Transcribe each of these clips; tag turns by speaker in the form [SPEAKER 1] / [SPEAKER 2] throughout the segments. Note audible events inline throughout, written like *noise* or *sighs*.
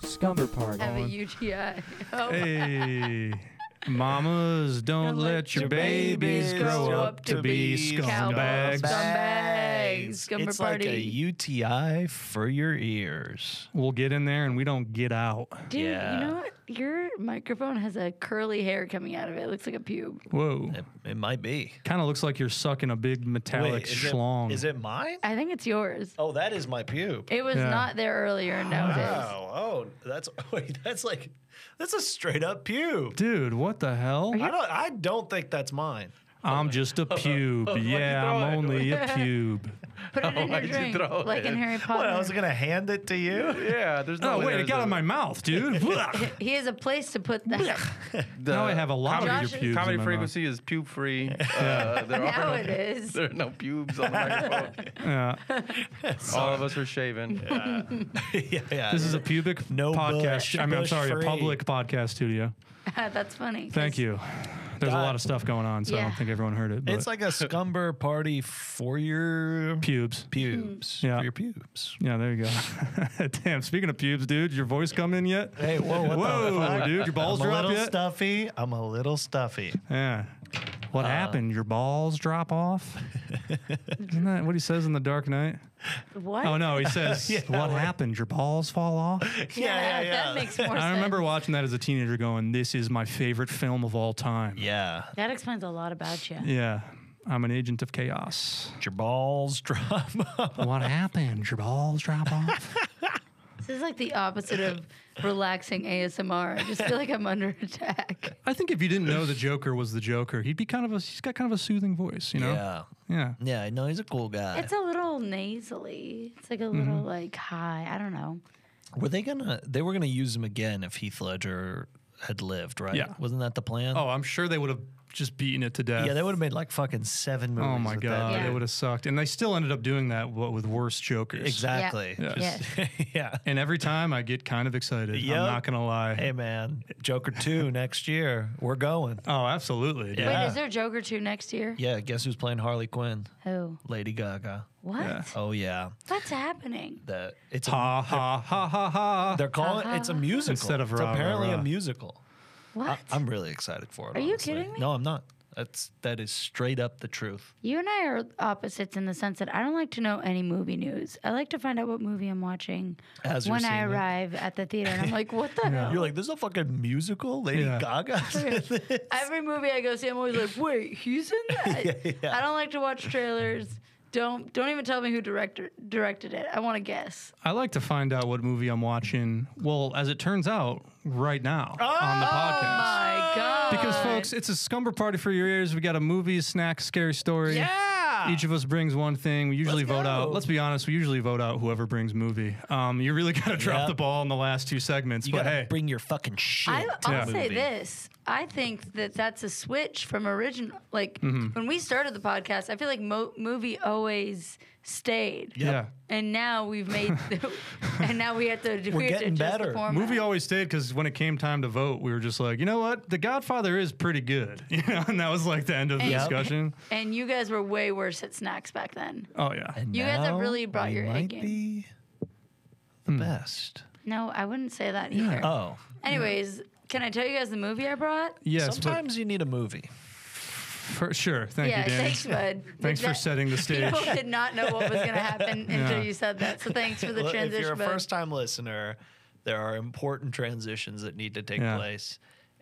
[SPEAKER 1] Scumber part.
[SPEAKER 2] Have a UTI. *laughs* Oh.
[SPEAKER 3] Hey, mamas, don't let, your babies grow up to be
[SPEAKER 2] cowboys.
[SPEAKER 3] scumbags.
[SPEAKER 2] Scumbags. Scumber
[SPEAKER 4] it's like a
[SPEAKER 2] party.
[SPEAKER 4] UTI for your ears.
[SPEAKER 3] We'll get in there and we don't get out.
[SPEAKER 2] Dude,
[SPEAKER 4] Yeah.
[SPEAKER 2] you know what? Your microphone has a curly hair coming out of it. It looks like a pube.
[SPEAKER 3] Whoa.
[SPEAKER 4] It, it might be.
[SPEAKER 3] Kind of looks like you're sucking a big metallic
[SPEAKER 4] Wait, is,
[SPEAKER 3] schlong.
[SPEAKER 4] It, is it mine?
[SPEAKER 2] I think it's yours.
[SPEAKER 4] Oh, that is my pube.
[SPEAKER 2] It was
[SPEAKER 3] Yeah.
[SPEAKER 2] not there earlier and now it is.
[SPEAKER 4] Wow. Oh, that's *laughs* wait, that's like that's a straight up pube.
[SPEAKER 3] Dude, what the hell?
[SPEAKER 4] I don't I don't think that's mine.
[SPEAKER 3] I'm
[SPEAKER 4] *laughs*
[SPEAKER 3] just a pube. yeah, I'm only a pube.
[SPEAKER 2] Put it in your
[SPEAKER 5] why'd you
[SPEAKER 2] drink,
[SPEAKER 5] throw
[SPEAKER 2] like in
[SPEAKER 5] it?
[SPEAKER 2] Harry
[SPEAKER 4] What, I was
[SPEAKER 2] Potter.
[SPEAKER 4] gonna hand it to you?
[SPEAKER 2] *laughs*
[SPEAKER 5] Yeah, there's no.
[SPEAKER 3] Oh,
[SPEAKER 5] way
[SPEAKER 3] wait, it
[SPEAKER 5] there's
[SPEAKER 3] got
[SPEAKER 5] a-
[SPEAKER 3] out of my mouth,
[SPEAKER 4] *laughs*
[SPEAKER 3] dude. Blah.
[SPEAKER 2] He has a place to put that.
[SPEAKER 5] the
[SPEAKER 3] now I have a lot
[SPEAKER 2] Josh-
[SPEAKER 3] of your pubes. in my
[SPEAKER 5] Comedy
[SPEAKER 3] mouth.
[SPEAKER 5] frequency is pube free. Uh, there are
[SPEAKER 2] *laughs* now
[SPEAKER 5] no,
[SPEAKER 2] it is.
[SPEAKER 5] There are no pubes on the
[SPEAKER 3] *laughs*
[SPEAKER 5] microphone.
[SPEAKER 3] Yeah.
[SPEAKER 5] All of us are shaven.
[SPEAKER 4] yeah, yeah.
[SPEAKER 3] This is a pubic
[SPEAKER 4] *laughs* No
[SPEAKER 3] podcast.
[SPEAKER 4] bush,
[SPEAKER 3] I mean, I'm
[SPEAKER 4] bush
[SPEAKER 3] sorry,
[SPEAKER 4] free.
[SPEAKER 3] a public podcast studio.
[SPEAKER 2] That's funny.
[SPEAKER 3] Thank you. There's a
[SPEAKER 4] Uh,
[SPEAKER 3] lot of stuff going on, so I
[SPEAKER 2] yeah.
[SPEAKER 3] don't think everyone heard it. But
[SPEAKER 4] it's like a scumber party for your
[SPEAKER 3] pubes.
[SPEAKER 4] pubes.
[SPEAKER 3] Yeah.
[SPEAKER 4] For your pubes.
[SPEAKER 3] Yeah, there you go. *laughs* Damn. Speaking of pubes, dude, your voice come in yet?
[SPEAKER 4] Hey, whoa, what the
[SPEAKER 3] Whoa, dude, your balls
[SPEAKER 4] I'm a
[SPEAKER 3] drop
[SPEAKER 4] little
[SPEAKER 3] yet?
[SPEAKER 4] stuffy. I'm a little stuffy.
[SPEAKER 3] Yeah. What
[SPEAKER 4] Uh,
[SPEAKER 3] happened? Your balls drop
[SPEAKER 4] *laughs*
[SPEAKER 3] off? Isn't that what he says in The Dark Knight?
[SPEAKER 2] What?
[SPEAKER 3] Oh,
[SPEAKER 4] *laughs*
[SPEAKER 3] no, he says, What happened? Your balls fall off?
[SPEAKER 2] Yeah, that makes more sense.
[SPEAKER 3] I remember watching that as a teenager going, This is my favorite film of all time.
[SPEAKER 4] Yeah,
[SPEAKER 2] That explains a lot about you.
[SPEAKER 3] Yeah. I'm an agent of chaos. *laughs*
[SPEAKER 4] your balls drop.
[SPEAKER 3] What happened? Your balls drop off?
[SPEAKER 2] This is like the opposite of relaxing ASMR. I just feel like I'm under
[SPEAKER 3] *laughs*
[SPEAKER 2] attack.
[SPEAKER 3] *laughs* I think if you didn't know the Joker was the Joker, he'd be kind of a, he's got kind of a soothing voice, you know? *laughs*
[SPEAKER 4] Yeah,
[SPEAKER 3] Yeah.
[SPEAKER 4] yeah. No, he's a cool guy.
[SPEAKER 2] It's a little nasally. It's like a little like high. I don't know.
[SPEAKER 4] were they gonna? They were gonna use him again if Heath Ledger had lived, right?
[SPEAKER 3] Yeah.
[SPEAKER 4] Wasn't that the plan?
[SPEAKER 3] Oh, I'm sure they would have just beaten it to death.
[SPEAKER 4] yeah. They would have made like fucking seven movies.
[SPEAKER 3] Oh my
[SPEAKER 4] with that
[SPEAKER 3] god,
[SPEAKER 2] Yeah.
[SPEAKER 4] dude.
[SPEAKER 3] it would have sucked. And they still ended up doing that what with worse jokers.
[SPEAKER 4] Exactly.
[SPEAKER 3] Yeah.
[SPEAKER 2] Yes.
[SPEAKER 4] *laughs* yeah.
[SPEAKER 3] And every time I get kind of excited.
[SPEAKER 4] Yep.
[SPEAKER 3] I'm not gonna lie.
[SPEAKER 4] Hey man,
[SPEAKER 3] *laughs*
[SPEAKER 4] Joker two next year. We're going.
[SPEAKER 3] Oh, absolutely. dude.
[SPEAKER 4] Yeah.
[SPEAKER 2] Wait, is there Joker 2 next year?
[SPEAKER 4] Yeah. Guess who's playing Harley Quinn?
[SPEAKER 2] Who?
[SPEAKER 4] Lady Gaga.
[SPEAKER 2] What?
[SPEAKER 3] Yeah.
[SPEAKER 4] Oh yeah.
[SPEAKER 2] That's happening.
[SPEAKER 4] That it's a-
[SPEAKER 3] Ha ha ha ha ha.
[SPEAKER 4] they're calling it's a musical
[SPEAKER 3] Instead of
[SPEAKER 4] It's
[SPEAKER 3] rah, rah,
[SPEAKER 4] apparently
[SPEAKER 3] rah.
[SPEAKER 4] a musical.
[SPEAKER 2] What?
[SPEAKER 4] I, am really excited for it.
[SPEAKER 2] Are you
[SPEAKER 4] honestly.
[SPEAKER 2] kidding me?
[SPEAKER 4] No, I'm not. That's that is straight up the truth.
[SPEAKER 2] you and I are opposites in the sense that I don't like to know any movie news. I like to find out what movie I'm watching
[SPEAKER 4] As you're
[SPEAKER 2] when I
[SPEAKER 4] seeing it.
[SPEAKER 2] arrive at the theater. And I'm like, what
[SPEAKER 4] *laughs*
[SPEAKER 2] the hell?
[SPEAKER 4] You're like, there's a fucking musical, Lady
[SPEAKER 2] *laughs*
[SPEAKER 3] Yeah.
[SPEAKER 4] *laughs* Gaga.
[SPEAKER 2] Every movie I go see, I'm always like, wait, he's in
[SPEAKER 4] *laughs*
[SPEAKER 2] that. I don't like to watch trailers. Don't don't even tell me who director directed it. I want to guess.
[SPEAKER 3] I like to find out what movie I'm watching. Well, as it turns out, right now on the
[SPEAKER 4] Oh!
[SPEAKER 3] podcast.
[SPEAKER 4] *gasps*
[SPEAKER 2] My God.
[SPEAKER 3] Because folks, it's a scumber party for your ears. We got a movie, snack, scary story.
[SPEAKER 4] yeah.
[SPEAKER 3] Each of us brings one thing. We usually
[SPEAKER 4] Let's
[SPEAKER 3] vote out.
[SPEAKER 4] go.
[SPEAKER 3] Let's be honest. We usually vote out whoever brings movie. Um, you really *laughs* gotta drop
[SPEAKER 4] Yeah.
[SPEAKER 3] the ball in the last two segments.
[SPEAKER 4] you
[SPEAKER 3] but
[SPEAKER 4] gotta
[SPEAKER 3] hey,
[SPEAKER 4] bring your fucking shit.
[SPEAKER 2] I, uh,
[SPEAKER 4] to
[SPEAKER 2] I'll
[SPEAKER 4] the
[SPEAKER 2] say
[SPEAKER 4] movie.
[SPEAKER 2] this. I think that that's a switch from original. Like
[SPEAKER 3] Mm-hmm.
[SPEAKER 2] when we started the podcast, I feel like mo- movie always stayed.
[SPEAKER 3] yeah.
[SPEAKER 2] And now we've
[SPEAKER 3] *laughs*
[SPEAKER 2] made, and now we have to. do-
[SPEAKER 4] We're
[SPEAKER 2] we have to
[SPEAKER 4] getting
[SPEAKER 2] adjust the
[SPEAKER 4] better.
[SPEAKER 2] format.
[SPEAKER 3] Movie always stayed because when it came time to vote, we were just like, you know what, The Godfather is pretty good, *laughs* you know, and that was like the end of the
[SPEAKER 2] Yeah.
[SPEAKER 3] discussion.
[SPEAKER 2] And you guys were way worse at snacks back then.
[SPEAKER 3] Oh yeah,
[SPEAKER 4] And
[SPEAKER 2] You guys have
[SPEAKER 4] now
[SPEAKER 2] really brought
[SPEAKER 4] we
[SPEAKER 2] your A
[SPEAKER 4] might
[SPEAKER 2] game.
[SPEAKER 4] Be the
[SPEAKER 3] Hmm.
[SPEAKER 4] best.
[SPEAKER 2] No, I wouldn't say that either.
[SPEAKER 4] Oh,
[SPEAKER 2] Anyways, can I tell you guys the movie I brought?
[SPEAKER 3] yes,
[SPEAKER 4] sometimes you need a movie.
[SPEAKER 3] but for sure. Thank
[SPEAKER 2] yeah,
[SPEAKER 3] you, Danny.
[SPEAKER 2] thanks, bud.
[SPEAKER 3] *laughs* Thanks for
[SPEAKER 2] That-
[SPEAKER 3] setting the stage.
[SPEAKER 2] People did not know what was going
[SPEAKER 3] *laughs*
[SPEAKER 2] to happen
[SPEAKER 3] Yeah.
[SPEAKER 2] until you said that. So thanks for the
[SPEAKER 4] Well,
[SPEAKER 2] transition.
[SPEAKER 4] If you're a
[SPEAKER 2] bud.
[SPEAKER 4] first time listener, there are important transitions that need to take
[SPEAKER 3] Yeah.
[SPEAKER 4] place.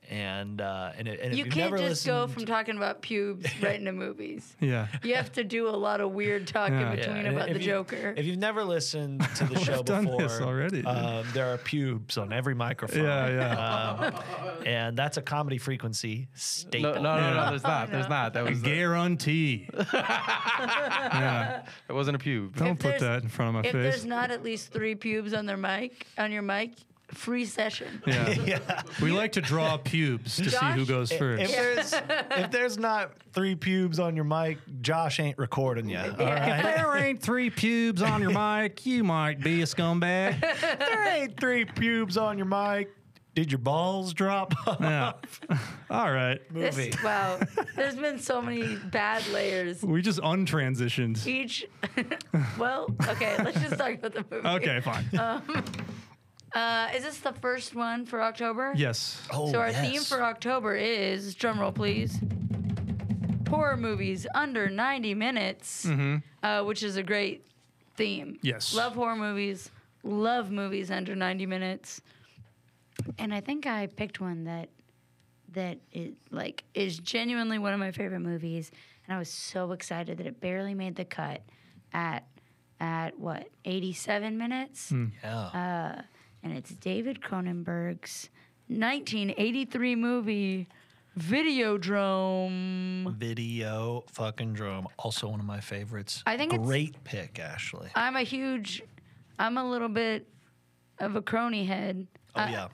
[SPEAKER 4] And uh, and, it- and if
[SPEAKER 2] you
[SPEAKER 4] you've
[SPEAKER 2] can't
[SPEAKER 4] never
[SPEAKER 2] just go
[SPEAKER 4] listened-
[SPEAKER 2] from talking about pubes right into movies.
[SPEAKER 3] yeah,
[SPEAKER 2] You have to do a lot of weird talk
[SPEAKER 3] Yeah.
[SPEAKER 2] in
[SPEAKER 4] Yeah,
[SPEAKER 2] between
[SPEAKER 4] and
[SPEAKER 2] about
[SPEAKER 4] if
[SPEAKER 2] the
[SPEAKER 4] you-
[SPEAKER 2] Joker.
[SPEAKER 4] If you've never listened to
[SPEAKER 3] *laughs*
[SPEAKER 4] the show
[SPEAKER 3] done
[SPEAKER 4] before,
[SPEAKER 3] this already.
[SPEAKER 4] Um, there are pubes on every microphone. Um,
[SPEAKER 3] yeah, yeah.
[SPEAKER 4] and that's a comedy frequency
[SPEAKER 5] No,
[SPEAKER 4] staple.
[SPEAKER 5] no, no, no, there's not.
[SPEAKER 2] Oh,
[SPEAKER 5] There's not. That was. It
[SPEAKER 3] Guarantee. yeah.
[SPEAKER 5] wasn't a pube.
[SPEAKER 3] Don't
[SPEAKER 2] If
[SPEAKER 3] put
[SPEAKER 2] there's-
[SPEAKER 3] that in front of my
[SPEAKER 2] if there's
[SPEAKER 3] face.
[SPEAKER 2] not at least three pubes on their mic, on your mic, free session.
[SPEAKER 3] *laughs* Yeah. We like to draw pubes to see who
[SPEAKER 2] Josh-
[SPEAKER 3] goes first.
[SPEAKER 6] If there's if there's not three pubes on your mic, Josh ain't recording you. All
[SPEAKER 3] If
[SPEAKER 6] right.
[SPEAKER 3] there ain't three pubes on your mic, you might be a scumbag.
[SPEAKER 6] there ain't three pubes on your mic. Did your balls
[SPEAKER 4] *laughs*
[SPEAKER 6] drop?
[SPEAKER 3] *laughs* Yeah. All right.
[SPEAKER 2] This,
[SPEAKER 6] Movie.
[SPEAKER 2] wow, there's been so many bad layers.
[SPEAKER 3] We just untransitioned.
[SPEAKER 2] Each, *laughs* well, okay, let's just talk about the movie.
[SPEAKER 3] Okay, fine.
[SPEAKER 2] Uh, is this the first one for October?
[SPEAKER 3] yes.
[SPEAKER 6] Oh,
[SPEAKER 2] So our
[SPEAKER 6] yes.
[SPEAKER 2] theme for October is drumroll, please. Horror movies under 90 minutes, uh, which is a great theme.
[SPEAKER 3] Yes.
[SPEAKER 2] Love horror movies. Love movies under 90 minutes. And I think I picked one that that is like is genuinely one of my favorite movies, and I was so excited that it barely made the cut at at what 87 minutes Uh,
[SPEAKER 4] Yeah.
[SPEAKER 2] and it's David Cronenberg's 1983 movie Videodrome.
[SPEAKER 4] Video fucking drum. Also one of my favorites.
[SPEAKER 2] I think it's- Uh,
[SPEAKER 4] great pick, Ashley.
[SPEAKER 2] I'm a huge, I'm a little bit of a crony head.
[SPEAKER 4] Oh
[SPEAKER 2] I,
[SPEAKER 4] yeah.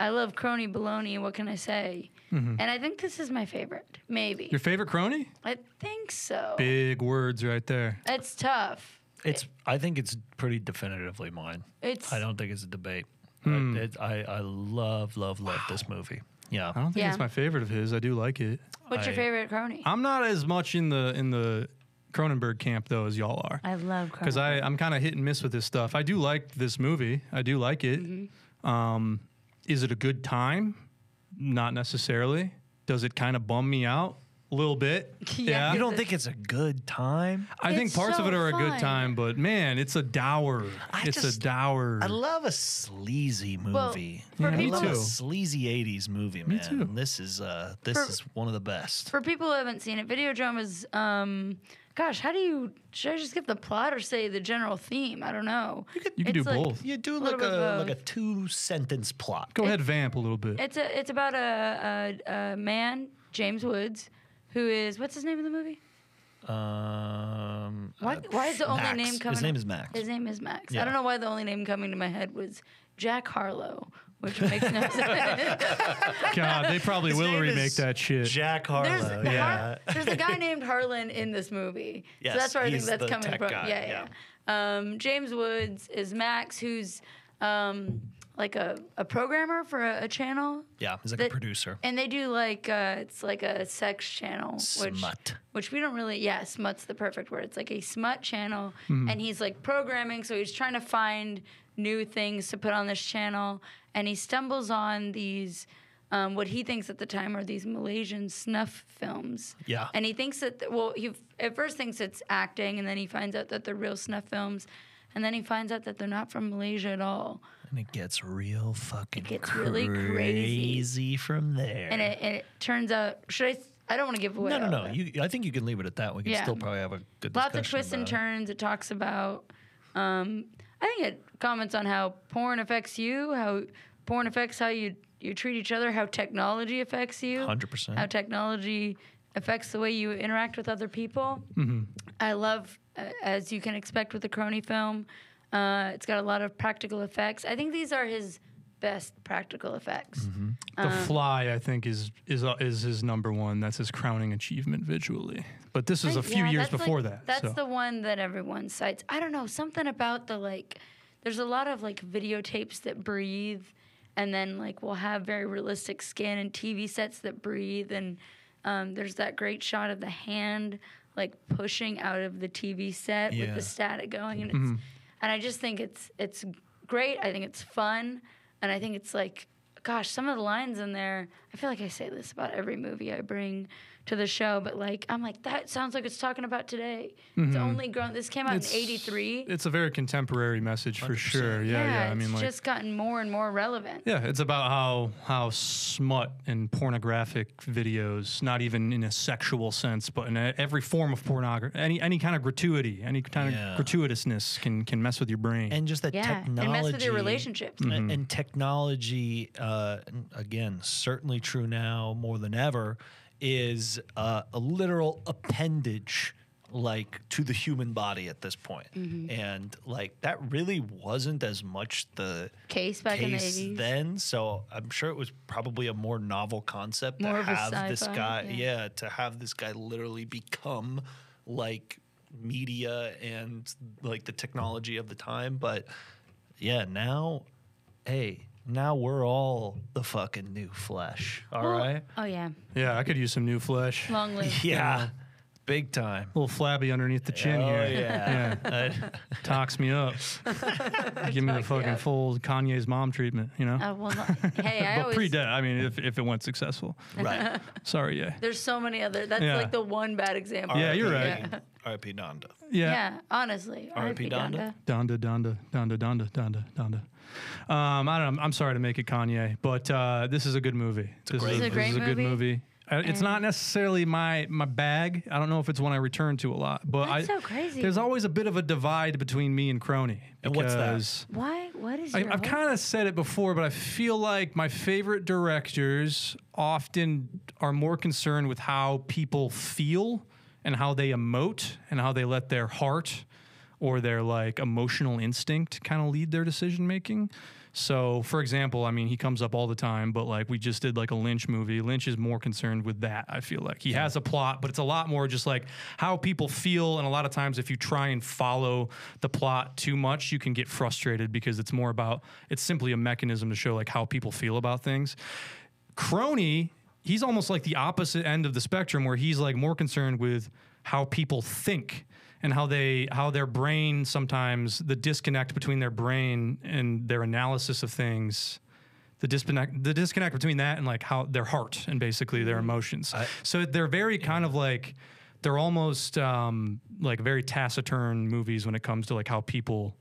[SPEAKER 2] I love crony baloney. What can I say?
[SPEAKER 4] Mm-hmm.
[SPEAKER 2] And I think this is my favorite. Maybe
[SPEAKER 3] Your favorite crony?
[SPEAKER 2] I think so.
[SPEAKER 3] Big words right there.
[SPEAKER 2] It's tough.
[SPEAKER 4] It's I think it's pretty definitively mine.
[SPEAKER 2] It's
[SPEAKER 4] I don't think it's a debate.
[SPEAKER 3] Hmm.
[SPEAKER 4] I, it- I I love love love this movie. Yeah.
[SPEAKER 3] I don't think
[SPEAKER 2] Yeah.
[SPEAKER 3] it's my favorite of his. I do like it.
[SPEAKER 2] what's your
[SPEAKER 4] I-
[SPEAKER 2] favorite crony?
[SPEAKER 3] I'm not as much in the in the Cronenberg camp though as y'all are.
[SPEAKER 2] I love crony.
[SPEAKER 3] because I I'm kind of hit and miss with this stuff. I do like this movie. I do like it.
[SPEAKER 2] Mm-hmm.
[SPEAKER 3] Um, is it a good time? Not necessarily. Does it kind of bum me out a little bit?
[SPEAKER 2] *laughs* Yeah.
[SPEAKER 4] You don't think it's a good time?
[SPEAKER 3] I think
[SPEAKER 2] It's
[SPEAKER 3] parts of
[SPEAKER 2] so
[SPEAKER 3] it are a
[SPEAKER 2] fun.
[SPEAKER 3] good time, but man, it's a dour.
[SPEAKER 4] I
[SPEAKER 3] it's
[SPEAKER 4] just-
[SPEAKER 3] a dour.
[SPEAKER 4] I love a sleazy movie.
[SPEAKER 2] for
[SPEAKER 3] Yeah,
[SPEAKER 4] I
[SPEAKER 3] me
[SPEAKER 4] love a
[SPEAKER 3] too.
[SPEAKER 4] sleazy '80s movie, man.
[SPEAKER 3] too.
[SPEAKER 4] This is uh, this
[SPEAKER 2] For-
[SPEAKER 4] is one of the best.
[SPEAKER 2] For people who haven't seen it, Videodrome is, um, gosh, how do you, should I just give the plot or say the general theme? I don't know.
[SPEAKER 3] you can do
[SPEAKER 2] it's like-
[SPEAKER 3] both.
[SPEAKER 4] You do
[SPEAKER 2] little
[SPEAKER 4] like
[SPEAKER 2] bit
[SPEAKER 4] a
[SPEAKER 2] of
[SPEAKER 4] like a two sentence plot.
[SPEAKER 3] Go ahead, vamp a little
[SPEAKER 2] *laughs*
[SPEAKER 3] bit.
[SPEAKER 2] It's a, it's about a, a, a man, James Woods, who is, what's his name in the movie?
[SPEAKER 4] Um,
[SPEAKER 2] Why,
[SPEAKER 4] uh,
[SPEAKER 2] why is the only
[SPEAKER 4] Max.
[SPEAKER 2] name coming?
[SPEAKER 4] His name is Max.
[SPEAKER 2] His name is Max. I
[SPEAKER 4] Yeah.
[SPEAKER 2] don't know why the only name coming to my head was Jack Harlow, which makes
[SPEAKER 4] *laughs*
[SPEAKER 2] no sense.
[SPEAKER 3] God, they probably
[SPEAKER 6] His
[SPEAKER 3] will
[SPEAKER 6] name
[SPEAKER 3] remake
[SPEAKER 6] is
[SPEAKER 3] that shit.
[SPEAKER 6] Jack
[SPEAKER 2] There's, Har-
[SPEAKER 6] Harlow. Yeah.
[SPEAKER 2] there's a guy named Harlan in this movie.
[SPEAKER 4] Yes,
[SPEAKER 2] so that's where I think
[SPEAKER 4] he's
[SPEAKER 2] that's
[SPEAKER 4] the
[SPEAKER 2] coming
[SPEAKER 4] tech
[SPEAKER 2] from.
[SPEAKER 4] guy,
[SPEAKER 2] yeah, yeah. Um, James Woods is Max, who's um, like a, a programmer for a, a channel.
[SPEAKER 4] yeah, he's like
[SPEAKER 2] that-
[SPEAKER 4] a producer.
[SPEAKER 2] And they do like uh, it's like a sex channel, which
[SPEAKER 4] Smut.
[SPEAKER 2] which we don't really. Yeah, smut's the perfect word. It's like a smut channel,
[SPEAKER 4] Mm-hmm.
[SPEAKER 2] and he's like programming, so he's trying to find new things to put on this channel, and he stumbles on these. Um, what he thinks at the time are these Malaysian snuff films.
[SPEAKER 4] Yeah.
[SPEAKER 2] And he thinks that, well, he at first thinks it's acting, and then he finds out that they're real snuff films, and then he finds out that they're not from Malaysia at all.
[SPEAKER 4] And it gets real fucking
[SPEAKER 2] gets
[SPEAKER 4] crazy
[SPEAKER 2] really crazy.
[SPEAKER 4] from there.
[SPEAKER 2] And it, and it turns out, should I? s- I don't want to give away.
[SPEAKER 4] no, no,
[SPEAKER 2] all
[SPEAKER 4] no.
[SPEAKER 2] of it.
[SPEAKER 4] You, I think you can leave it at that. We can
[SPEAKER 2] Yeah.
[SPEAKER 4] still probably have a good
[SPEAKER 2] lots of
[SPEAKER 4] discussion
[SPEAKER 2] twists and
[SPEAKER 4] about it.
[SPEAKER 2] turns. It talks about, um, I think it comments on how porn affects you, how porn affects how you you treat each other, how technology affects you,
[SPEAKER 4] 100%.
[SPEAKER 2] how technology affects the way you interact with other people.
[SPEAKER 4] Mm-hmm.
[SPEAKER 2] I love, uh, as you can expect with the crony film, uh, it's got a lot of practical effects. I think these are his best practical effects.
[SPEAKER 4] Mm-hmm.
[SPEAKER 3] The
[SPEAKER 2] Uh-huh.
[SPEAKER 3] Fly, I think, is is uh, is his number one. That's his crowning achievement visually. But this is a few
[SPEAKER 2] Yeah,
[SPEAKER 3] years
[SPEAKER 2] that's
[SPEAKER 3] before
[SPEAKER 2] like-
[SPEAKER 3] that.
[SPEAKER 2] That's the
[SPEAKER 3] so.
[SPEAKER 2] one that everyone cites. I don't know something about the like. There's a lot of like videotapes that breathe, and then like we'll have very realistic skin and TV sets that breathe, and um, there's that great shot of the hand like pushing out of the TV set with
[SPEAKER 4] Yeah.
[SPEAKER 2] the static going, and it's
[SPEAKER 3] Mm-hmm.
[SPEAKER 2] and I just think it's it's great. I think it's fun, and I think it's like, gosh, some of the lines in there. I feel like I say this about every movie I bring to the show, but like I'm like that sounds like it's talking about today. It's only grown. This came out
[SPEAKER 3] Mm-hmm. It's-
[SPEAKER 2] in '83.
[SPEAKER 3] It's a very contemporary message for sure. Yeah, yeah. I
[SPEAKER 2] it's
[SPEAKER 3] mean, like,
[SPEAKER 2] just gotten more and more relevant.
[SPEAKER 3] yeah, it's about how how smut and pornographic videos, not even in a sexual sense, but in a, every form of pornography, any any kind of gratuity, any kind
[SPEAKER 4] Yeah.
[SPEAKER 3] of gratuitousness can can mess with your brain.
[SPEAKER 4] And just that
[SPEAKER 2] Yeah,
[SPEAKER 4] technology.
[SPEAKER 2] and mess with your relationships.
[SPEAKER 4] A- and technology uh, n- again certainly true now more than ever is uh, a literal appendage like to the human body at this point.
[SPEAKER 2] Mm-hmm.
[SPEAKER 4] And like that really wasn't as much the
[SPEAKER 2] Case back in the
[SPEAKER 4] case
[SPEAKER 2] 80s.
[SPEAKER 4] then. So I'm sure it was probably a more novel concept
[SPEAKER 2] More
[SPEAKER 4] to
[SPEAKER 2] of a
[SPEAKER 4] have this
[SPEAKER 2] sci-fi,
[SPEAKER 4] guy.
[SPEAKER 2] yeah.
[SPEAKER 4] yeah, to have this guy literally become like media and like the technology of the time. But yeah, now, hey, now we're all the fucking new flesh. All right.
[SPEAKER 2] Well, Oh yeah,
[SPEAKER 3] Yeah, I could use some new flesh. A
[SPEAKER 2] long
[SPEAKER 3] *laughs*
[SPEAKER 2] live.
[SPEAKER 4] Yeah. Big
[SPEAKER 2] *laughs*
[SPEAKER 4] time. Uh,
[SPEAKER 3] little flabby underneath the chin
[SPEAKER 4] Oh,
[SPEAKER 3] here.
[SPEAKER 4] yeah.
[SPEAKER 3] Talks
[SPEAKER 2] *laughs*
[SPEAKER 3] me up. Give me the fucking full Kanye's mom treatment, you know?
[SPEAKER 2] Uh, well, no- hey, I
[SPEAKER 3] but
[SPEAKER 2] always.
[SPEAKER 3] pre dead, I mean, if, if it went successful.
[SPEAKER 4] right.
[SPEAKER 3] Sorry, yeah.
[SPEAKER 2] there's so many other. That's
[SPEAKER 3] Yeah.
[SPEAKER 2] like the one bad example.
[SPEAKER 3] Yeah, you're right.
[SPEAKER 2] *laughs* Yeah,
[SPEAKER 4] R.I.P. Nanda.
[SPEAKER 3] Yeah.
[SPEAKER 2] Yeah, honestly.
[SPEAKER 4] R.I.P. Donda.
[SPEAKER 3] Donda, Donda, Donda, Donda, Donda, Donda. Um, I don't know. I'm sorry to make it Kanye, but uh, this is a good movie. this
[SPEAKER 4] great
[SPEAKER 3] is a,
[SPEAKER 2] It's a great
[SPEAKER 3] this is a good
[SPEAKER 2] movie.
[SPEAKER 3] movie. Uh, It's not necessarily my my bag. I don't know if it's one I return to a lot, but
[SPEAKER 2] That's
[SPEAKER 3] I,
[SPEAKER 2] so crazy.
[SPEAKER 3] There's always a bit of a divide between me and Crony.
[SPEAKER 4] And what's that?
[SPEAKER 3] because
[SPEAKER 2] Why? What is
[SPEAKER 3] I,
[SPEAKER 2] your?
[SPEAKER 3] I've
[SPEAKER 2] whole-
[SPEAKER 3] kind of said it before, but I feel like my favorite directors often are more concerned with how people feel and how they emote and how they let their heart or their like emotional instinct kind of lead their decision making. So, for example, I mean, he comes up all the time, but like we just did like a Lynch movie. Lynch is more concerned with that, I feel like. He has a plot, but it's a lot more just like how people feel. And a lot of times, if you try and follow the plot too much, you can get frustrated because it's more about, it's simply a mechanism to show like how people feel about things. Crony, he's almost like the opposite end of the spectrum where he's like more concerned with how people think and how they how their brain sometimes the disconnect between their brain and their analysis of things the disconnect the disconnect between that and like how their heart and basically
[SPEAKER 6] Mm.
[SPEAKER 3] their emotions so they're very kind of like they're almost um, like very taciturn movies when it comes to like how people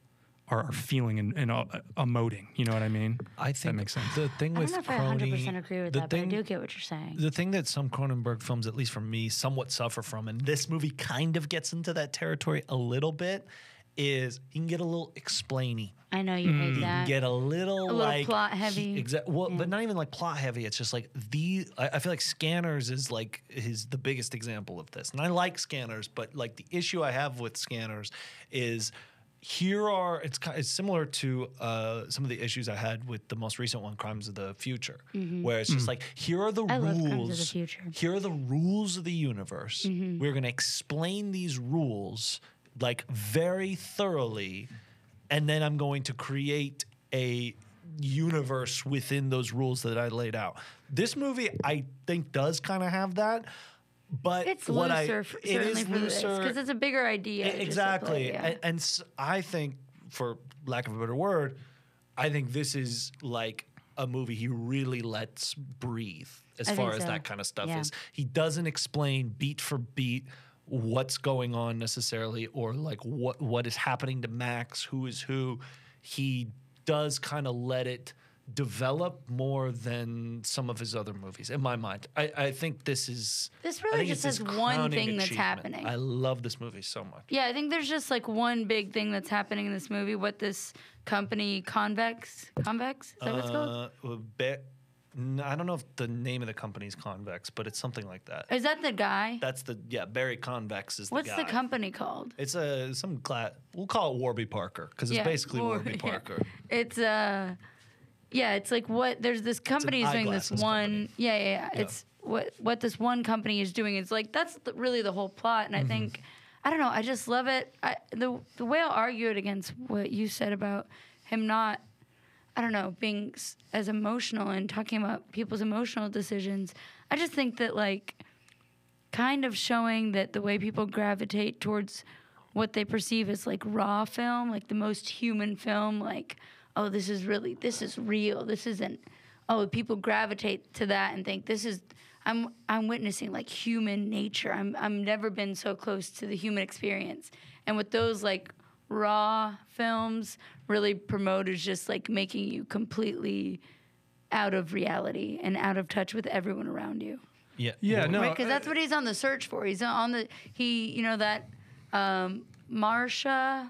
[SPEAKER 3] are, are feeling and, and uh, emoting you know what i mean
[SPEAKER 4] I think
[SPEAKER 3] makes sense.
[SPEAKER 4] the thing
[SPEAKER 2] I don't
[SPEAKER 4] with
[SPEAKER 2] know if I 100
[SPEAKER 4] Crony,
[SPEAKER 2] percent agree with
[SPEAKER 4] the
[SPEAKER 2] that,
[SPEAKER 4] thing,
[SPEAKER 2] but I do get what you're saying.
[SPEAKER 4] the thing that some Cronenberg films, at least for me, somewhat suffer from, and this movie kind of gets into that territory a little bit, is you can get a little explainy.
[SPEAKER 2] I know you hate that.
[SPEAKER 4] Mm, get a little,
[SPEAKER 2] little
[SPEAKER 4] like
[SPEAKER 2] plot heavy.
[SPEAKER 4] Exactly. Well, but not even like plot heavy. It's just like the. I, I feel like Scanners is like is the biggest example of this, and I like Scanners, but like the issue I have with Scanners is. Here are it's ki- it's similar to uh, some of the issues I had with the most recent one, Crimes of the Future, where it's just like here are the
[SPEAKER 2] Mm-hmm. I love
[SPEAKER 4] rules.
[SPEAKER 2] Crimes of the Future.
[SPEAKER 4] Here are the rules of the universe.
[SPEAKER 2] Mm-hmm.
[SPEAKER 4] We're going to explain these rules like very thoroughly, and then I'm going to create a universe within those rules that I laid out. This movie, I think, does kind of have that, but
[SPEAKER 2] it's
[SPEAKER 4] what I-
[SPEAKER 2] looser, f- certainly for this, because it's a bigger idea.
[SPEAKER 4] E-
[SPEAKER 2] just at
[SPEAKER 4] exactly.
[SPEAKER 2] play, yeah.
[SPEAKER 4] And, and s- I think, for lack of a better word, I think this is like a movie he really lets breathe as
[SPEAKER 2] I think
[SPEAKER 4] far as
[SPEAKER 2] so.
[SPEAKER 4] that kind of stuff
[SPEAKER 2] Yeah.
[SPEAKER 4] is. He doesn't explain beat for beat what's going on necessarily or like what what is happening to Max, who is who. He does kind of let it develop more than some of his other movies in my mind. I, I think this is
[SPEAKER 2] This
[SPEAKER 4] I
[SPEAKER 2] really
[SPEAKER 4] think
[SPEAKER 2] just
[SPEAKER 4] it's
[SPEAKER 2] has
[SPEAKER 4] his
[SPEAKER 2] one
[SPEAKER 4] crowning
[SPEAKER 2] thing that's
[SPEAKER 4] achievement.
[SPEAKER 2] happening.
[SPEAKER 4] I love this movie so much.
[SPEAKER 2] Yeah, I think there's just like one big thing that's happening in this movie. What this company, Convex, Convex, is that what it's called?
[SPEAKER 4] Uh, well, Ba- no, I don't know if the name of the company's Convex, but it's something like that.
[SPEAKER 2] Is that the guy?
[SPEAKER 4] That's the yeah. Barry Convex is the
[SPEAKER 2] What's
[SPEAKER 4] guy.
[SPEAKER 2] the company called?
[SPEAKER 4] It's a some gla- We'll call it Warby Parker because it's
[SPEAKER 2] Yeah,
[SPEAKER 4] basically
[SPEAKER 2] War- *laughs*
[SPEAKER 4] Warby
[SPEAKER 2] yeah.
[SPEAKER 4] Parker.
[SPEAKER 2] It's uh, yeah, it's like what there's this company is doing this
[SPEAKER 4] eyeglasses
[SPEAKER 2] one. Yeah, yeah, yeah, It's what what this one company is doing. It's like that's the, really the whole plot,
[SPEAKER 4] Mm-hmm.
[SPEAKER 2] and I think. I don't know. I just love it. I, the the way I'll argue it against what you said about him not I don't know, being s- as emotional and talking about people's emotional decisions. I just think that, like, kind of showing that the way people gravitate towards what they perceive as like raw film, like the most human film, like, oh, this is really, this is real. This isn't, oh, people gravitate to that and think this is. I'm I'm witnessing like human nature. I'm I'm never been so close to the human experience. And with those like raw films really promote is just like making you completely out of reality and out of touch with everyone around you.
[SPEAKER 4] Yeah.
[SPEAKER 3] yeah no uh,
[SPEAKER 2] Because
[SPEAKER 4] uh,
[SPEAKER 2] that's what he's on the search for. He's on the he, you know that um, Marsha,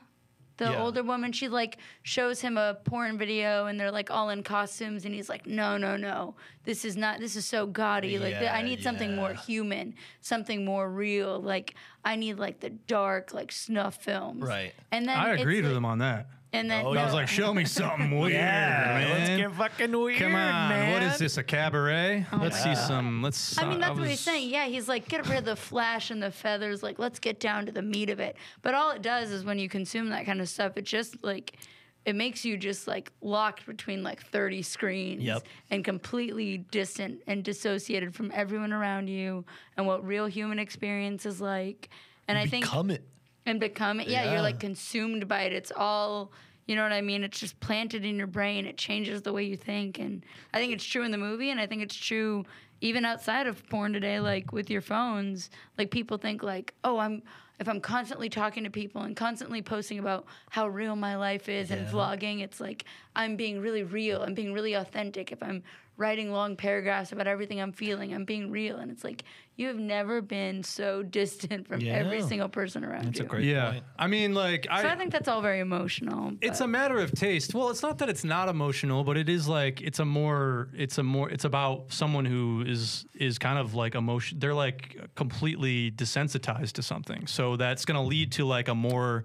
[SPEAKER 2] the
[SPEAKER 4] Yeah.
[SPEAKER 2] older woman, she like shows him a porn video and they're like all in costumes and he's like, no, no, no, this is not, this is so gaudy. Like th- I
[SPEAKER 4] Yeah,
[SPEAKER 2] need something more
[SPEAKER 4] yeah.
[SPEAKER 2] human, something more real. Like I need like the dark, like snuff films.
[SPEAKER 4] Right.
[SPEAKER 2] And then
[SPEAKER 3] I
[SPEAKER 2] it's,
[SPEAKER 3] agreed with
[SPEAKER 2] like-
[SPEAKER 3] him on that.
[SPEAKER 2] And then
[SPEAKER 4] Oh, yeah.
[SPEAKER 3] I was like, show me
[SPEAKER 6] *laughs*
[SPEAKER 3] something weird,
[SPEAKER 6] let's
[SPEAKER 3] man.
[SPEAKER 6] get fucking weird,
[SPEAKER 3] Come on,
[SPEAKER 6] man.
[SPEAKER 3] what is this? A cabaret? let's see some. Let's.
[SPEAKER 2] Oh, I mean, that's what
[SPEAKER 3] was-
[SPEAKER 2] he's saying. Yeah, he's like, get rid of the flash and the feathers. Like, let's get down to the meat of it. But all it does is when you consume that kind of stuff, it just like, it makes you just like locked between like 30 screens
[SPEAKER 4] Yep.
[SPEAKER 2] and completely distant and dissociated from everyone around you and what real human experience is like. And I think
[SPEAKER 4] Become it.
[SPEAKER 2] and become it. Yeah,
[SPEAKER 4] Yeah.
[SPEAKER 2] you're like consumed by it. It's all, you know what I mean? It's just planted in your brain. It changes the way you think. And I think it's true in the movie, and I think it's true even outside of porn today, like with your phones. Like people think like, oh, I'm if I'm constantly talking to people and constantly posting about how real my life is and vlogging, it's like I'm being really real. I'm being really authentic. If I'm writing long paragraphs about everything I'm feeling, I'm being real. And it's like you have never been so *laughs* distant from every
[SPEAKER 4] Yeah.
[SPEAKER 2] single person around you.
[SPEAKER 3] Yeah, I mean, like
[SPEAKER 2] So I think that's all very emotional.
[SPEAKER 3] it's
[SPEAKER 2] but-
[SPEAKER 3] a matter of taste. Well, it's not that it's not emotional, but it is like it's a more it's a more it's about someone who is is kind of like emotion they're like completely desensitized to something. So that's going to lead to like a more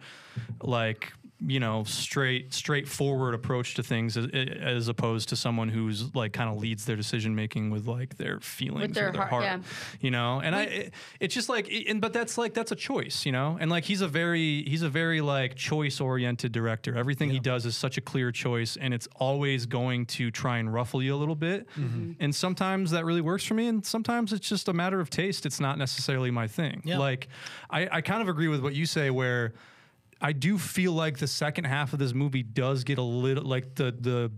[SPEAKER 3] like you know straight straightforward approach to things as, as opposed to someone who's like kind of leads their decision making with like their feelings
[SPEAKER 2] their
[SPEAKER 3] or their
[SPEAKER 2] heart,
[SPEAKER 3] heart,
[SPEAKER 2] yeah.
[SPEAKER 3] you know and i it, it's just like it- and but that's like that's a choice you know and like he's a very he's a very like choice oriented director everything he does is such a clear choice and it's always going to try and ruffle you a little bit
[SPEAKER 4] Mm-hmm.
[SPEAKER 3] and sometimes that really works for me and sometimes it's just a matter of taste it's not necessarily my thing
[SPEAKER 4] Yeah.
[SPEAKER 3] like i i kind of agree with what you say where I do feel like the second half of this movie does get a little like the the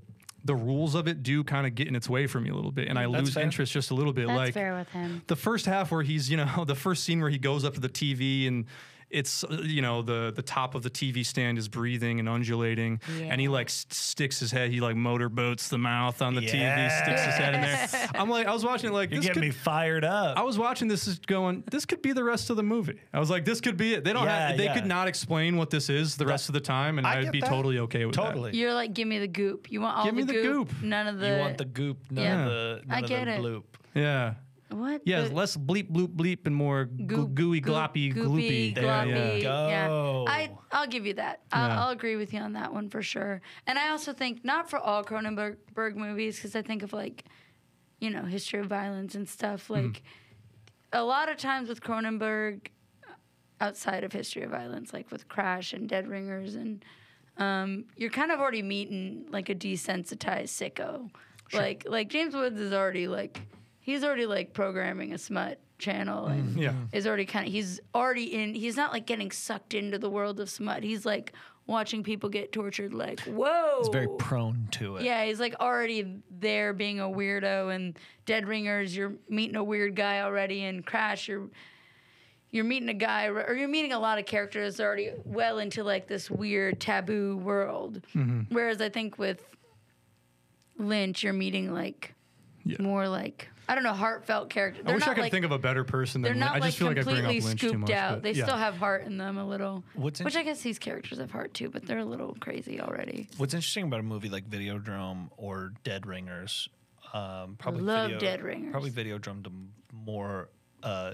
[SPEAKER 3] the rules of it do kind of get in its way for me a little bit, and I lose
[SPEAKER 4] fair.
[SPEAKER 3] interest just a little bit.
[SPEAKER 2] that's
[SPEAKER 3] like
[SPEAKER 2] fair with him.
[SPEAKER 3] the first half where he's you know *laughs* the first scene where he goes up to the TV and it's uh, you know the the top of the TV stand is breathing and undulating and he like s- sticks his head he like motorboats the mouth on the TV sticks his head in there I'm like I was watching it like
[SPEAKER 6] You're
[SPEAKER 3] this
[SPEAKER 6] getting
[SPEAKER 3] could,
[SPEAKER 6] me fired up.
[SPEAKER 3] I was watching this is going, this could be the rest of the movie. I was like, this could be it. They don't
[SPEAKER 6] Yeah,
[SPEAKER 3] have they
[SPEAKER 6] yeah.
[SPEAKER 3] could not explain what this is the rest of the time, and
[SPEAKER 6] I
[SPEAKER 3] I would
[SPEAKER 6] get
[SPEAKER 3] be
[SPEAKER 6] that.
[SPEAKER 3] totally okay with
[SPEAKER 6] totally.
[SPEAKER 2] You're like, give me the goop. You want all
[SPEAKER 3] Give
[SPEAKER 2] the,
[SPEAKER 3] me the
[SPEAKER 2] goop,
[SPEAKER 3] goop.
[SPEAKER 2] None of the.
[SPEAKER 4] You want the goop, none
[SPEAKER 2] Yeah.
[SPEAKER 4] of the, none
[SPEAKER 2] I
[SPEAKER 4] of
[SPEAKER 2] get
[SPEAKER 4] the
[SPEAKER 2] it.
[SPEAKER 4] bloop.
[SPEAKER 3] that. Yeah.
[SPEAKER 2] what?
[SPEAKER 3] Yeah,
[SPEAKER 2] the-
[SPEAKER 3] less bleep bloop bleep and more goo-
[SPEAKER 2] goop-
[SPEAKER 3] gooey
[SPEAKER 2] goop-
[SPEAKER 3] gloppy
[SPEAKER 2] goopy,
[SPEAKER 3] gloopy. Yeah, yeah.
[SPEAKER 2] gloppy,
[SPEAKER 4] yeah.
[SPEAKER 2] yeah.
[SPEAKER 4] Go.
[SPEAKER 2] I I'll give you that. I'll,
[SPEAKER 3] Yeah.
[SPEAKER 2] I'll agree with you on that one for sure. And I also think not for all Cronenberg Berg movies because I think of like, you know, history of violence and stuff.
[SPEAKER 3] Mm-hmm.
[SPEAKER 2] Like, a lot of times with Cronenberg, uh, outside of history of violence, like with Crash and Dead Ringers, and um, you're kind of already meeting like a desensitized sicko. Like like James Woods is already like he's already like programming a smut channel and
[SPEAKER 3] Yeah.
[SPEAKER 2] is already kind of he's already in he's not like getting sucked into the world of smut he's like watching people get tortured like whoa
[SPEAKER 4] He's very prone to it.
[SPEAKER 2] yeah he's like already there being a weirdo and dead ringers you're meeting a weird guy already and crash you're you're meeting a guy or you're meeting a lot of characters already well into like this weird taboo world
[SPEAKER 3] Mm-hmm.
[SPEAKER 2] whereas i think with lynch you're meeting like
[SPEAKER 3] Yeah.
[SPEAKER 2] more like i don't know heartfelt characters
[SPEAKER 3] I wish I could think of a better person
[SPEAKER 2] they're
[SPEAKER 3] than Lin-
[SPEAKER 2] not
[SPEAKER 3] I
[SPEAKER 2] like
[SPEAKER 3] just feel like I
[SPEAKER 2] completely
[SPEAKER 3] bring up Lynch too
[SPEAKER 2] scooped
[SPEAKER 3] much.
[SPEAKER 2] out.
[SPEAKER 3] but
[SPEAKER 2] They
[SPEAKER 3] yeah.
[SPEAKER 2] still have heart in them a little.
[SPEAKER 4] What's
[SPEAKER 2] which I
[SPEAKER 4] int-
[SPEAKER 2] guess these characters have heart too, but they're a little crazy already.
[SPEAKER 4] What's interesting about a movie like Videodrome or Dead Ringers, um, probably
[SPEAKER 2] Love
[SPEAKER 4] video,
[SPEAKER 2] Dead Ringers.
[SPEAKER 4] Probably Videodrome to m- more uh,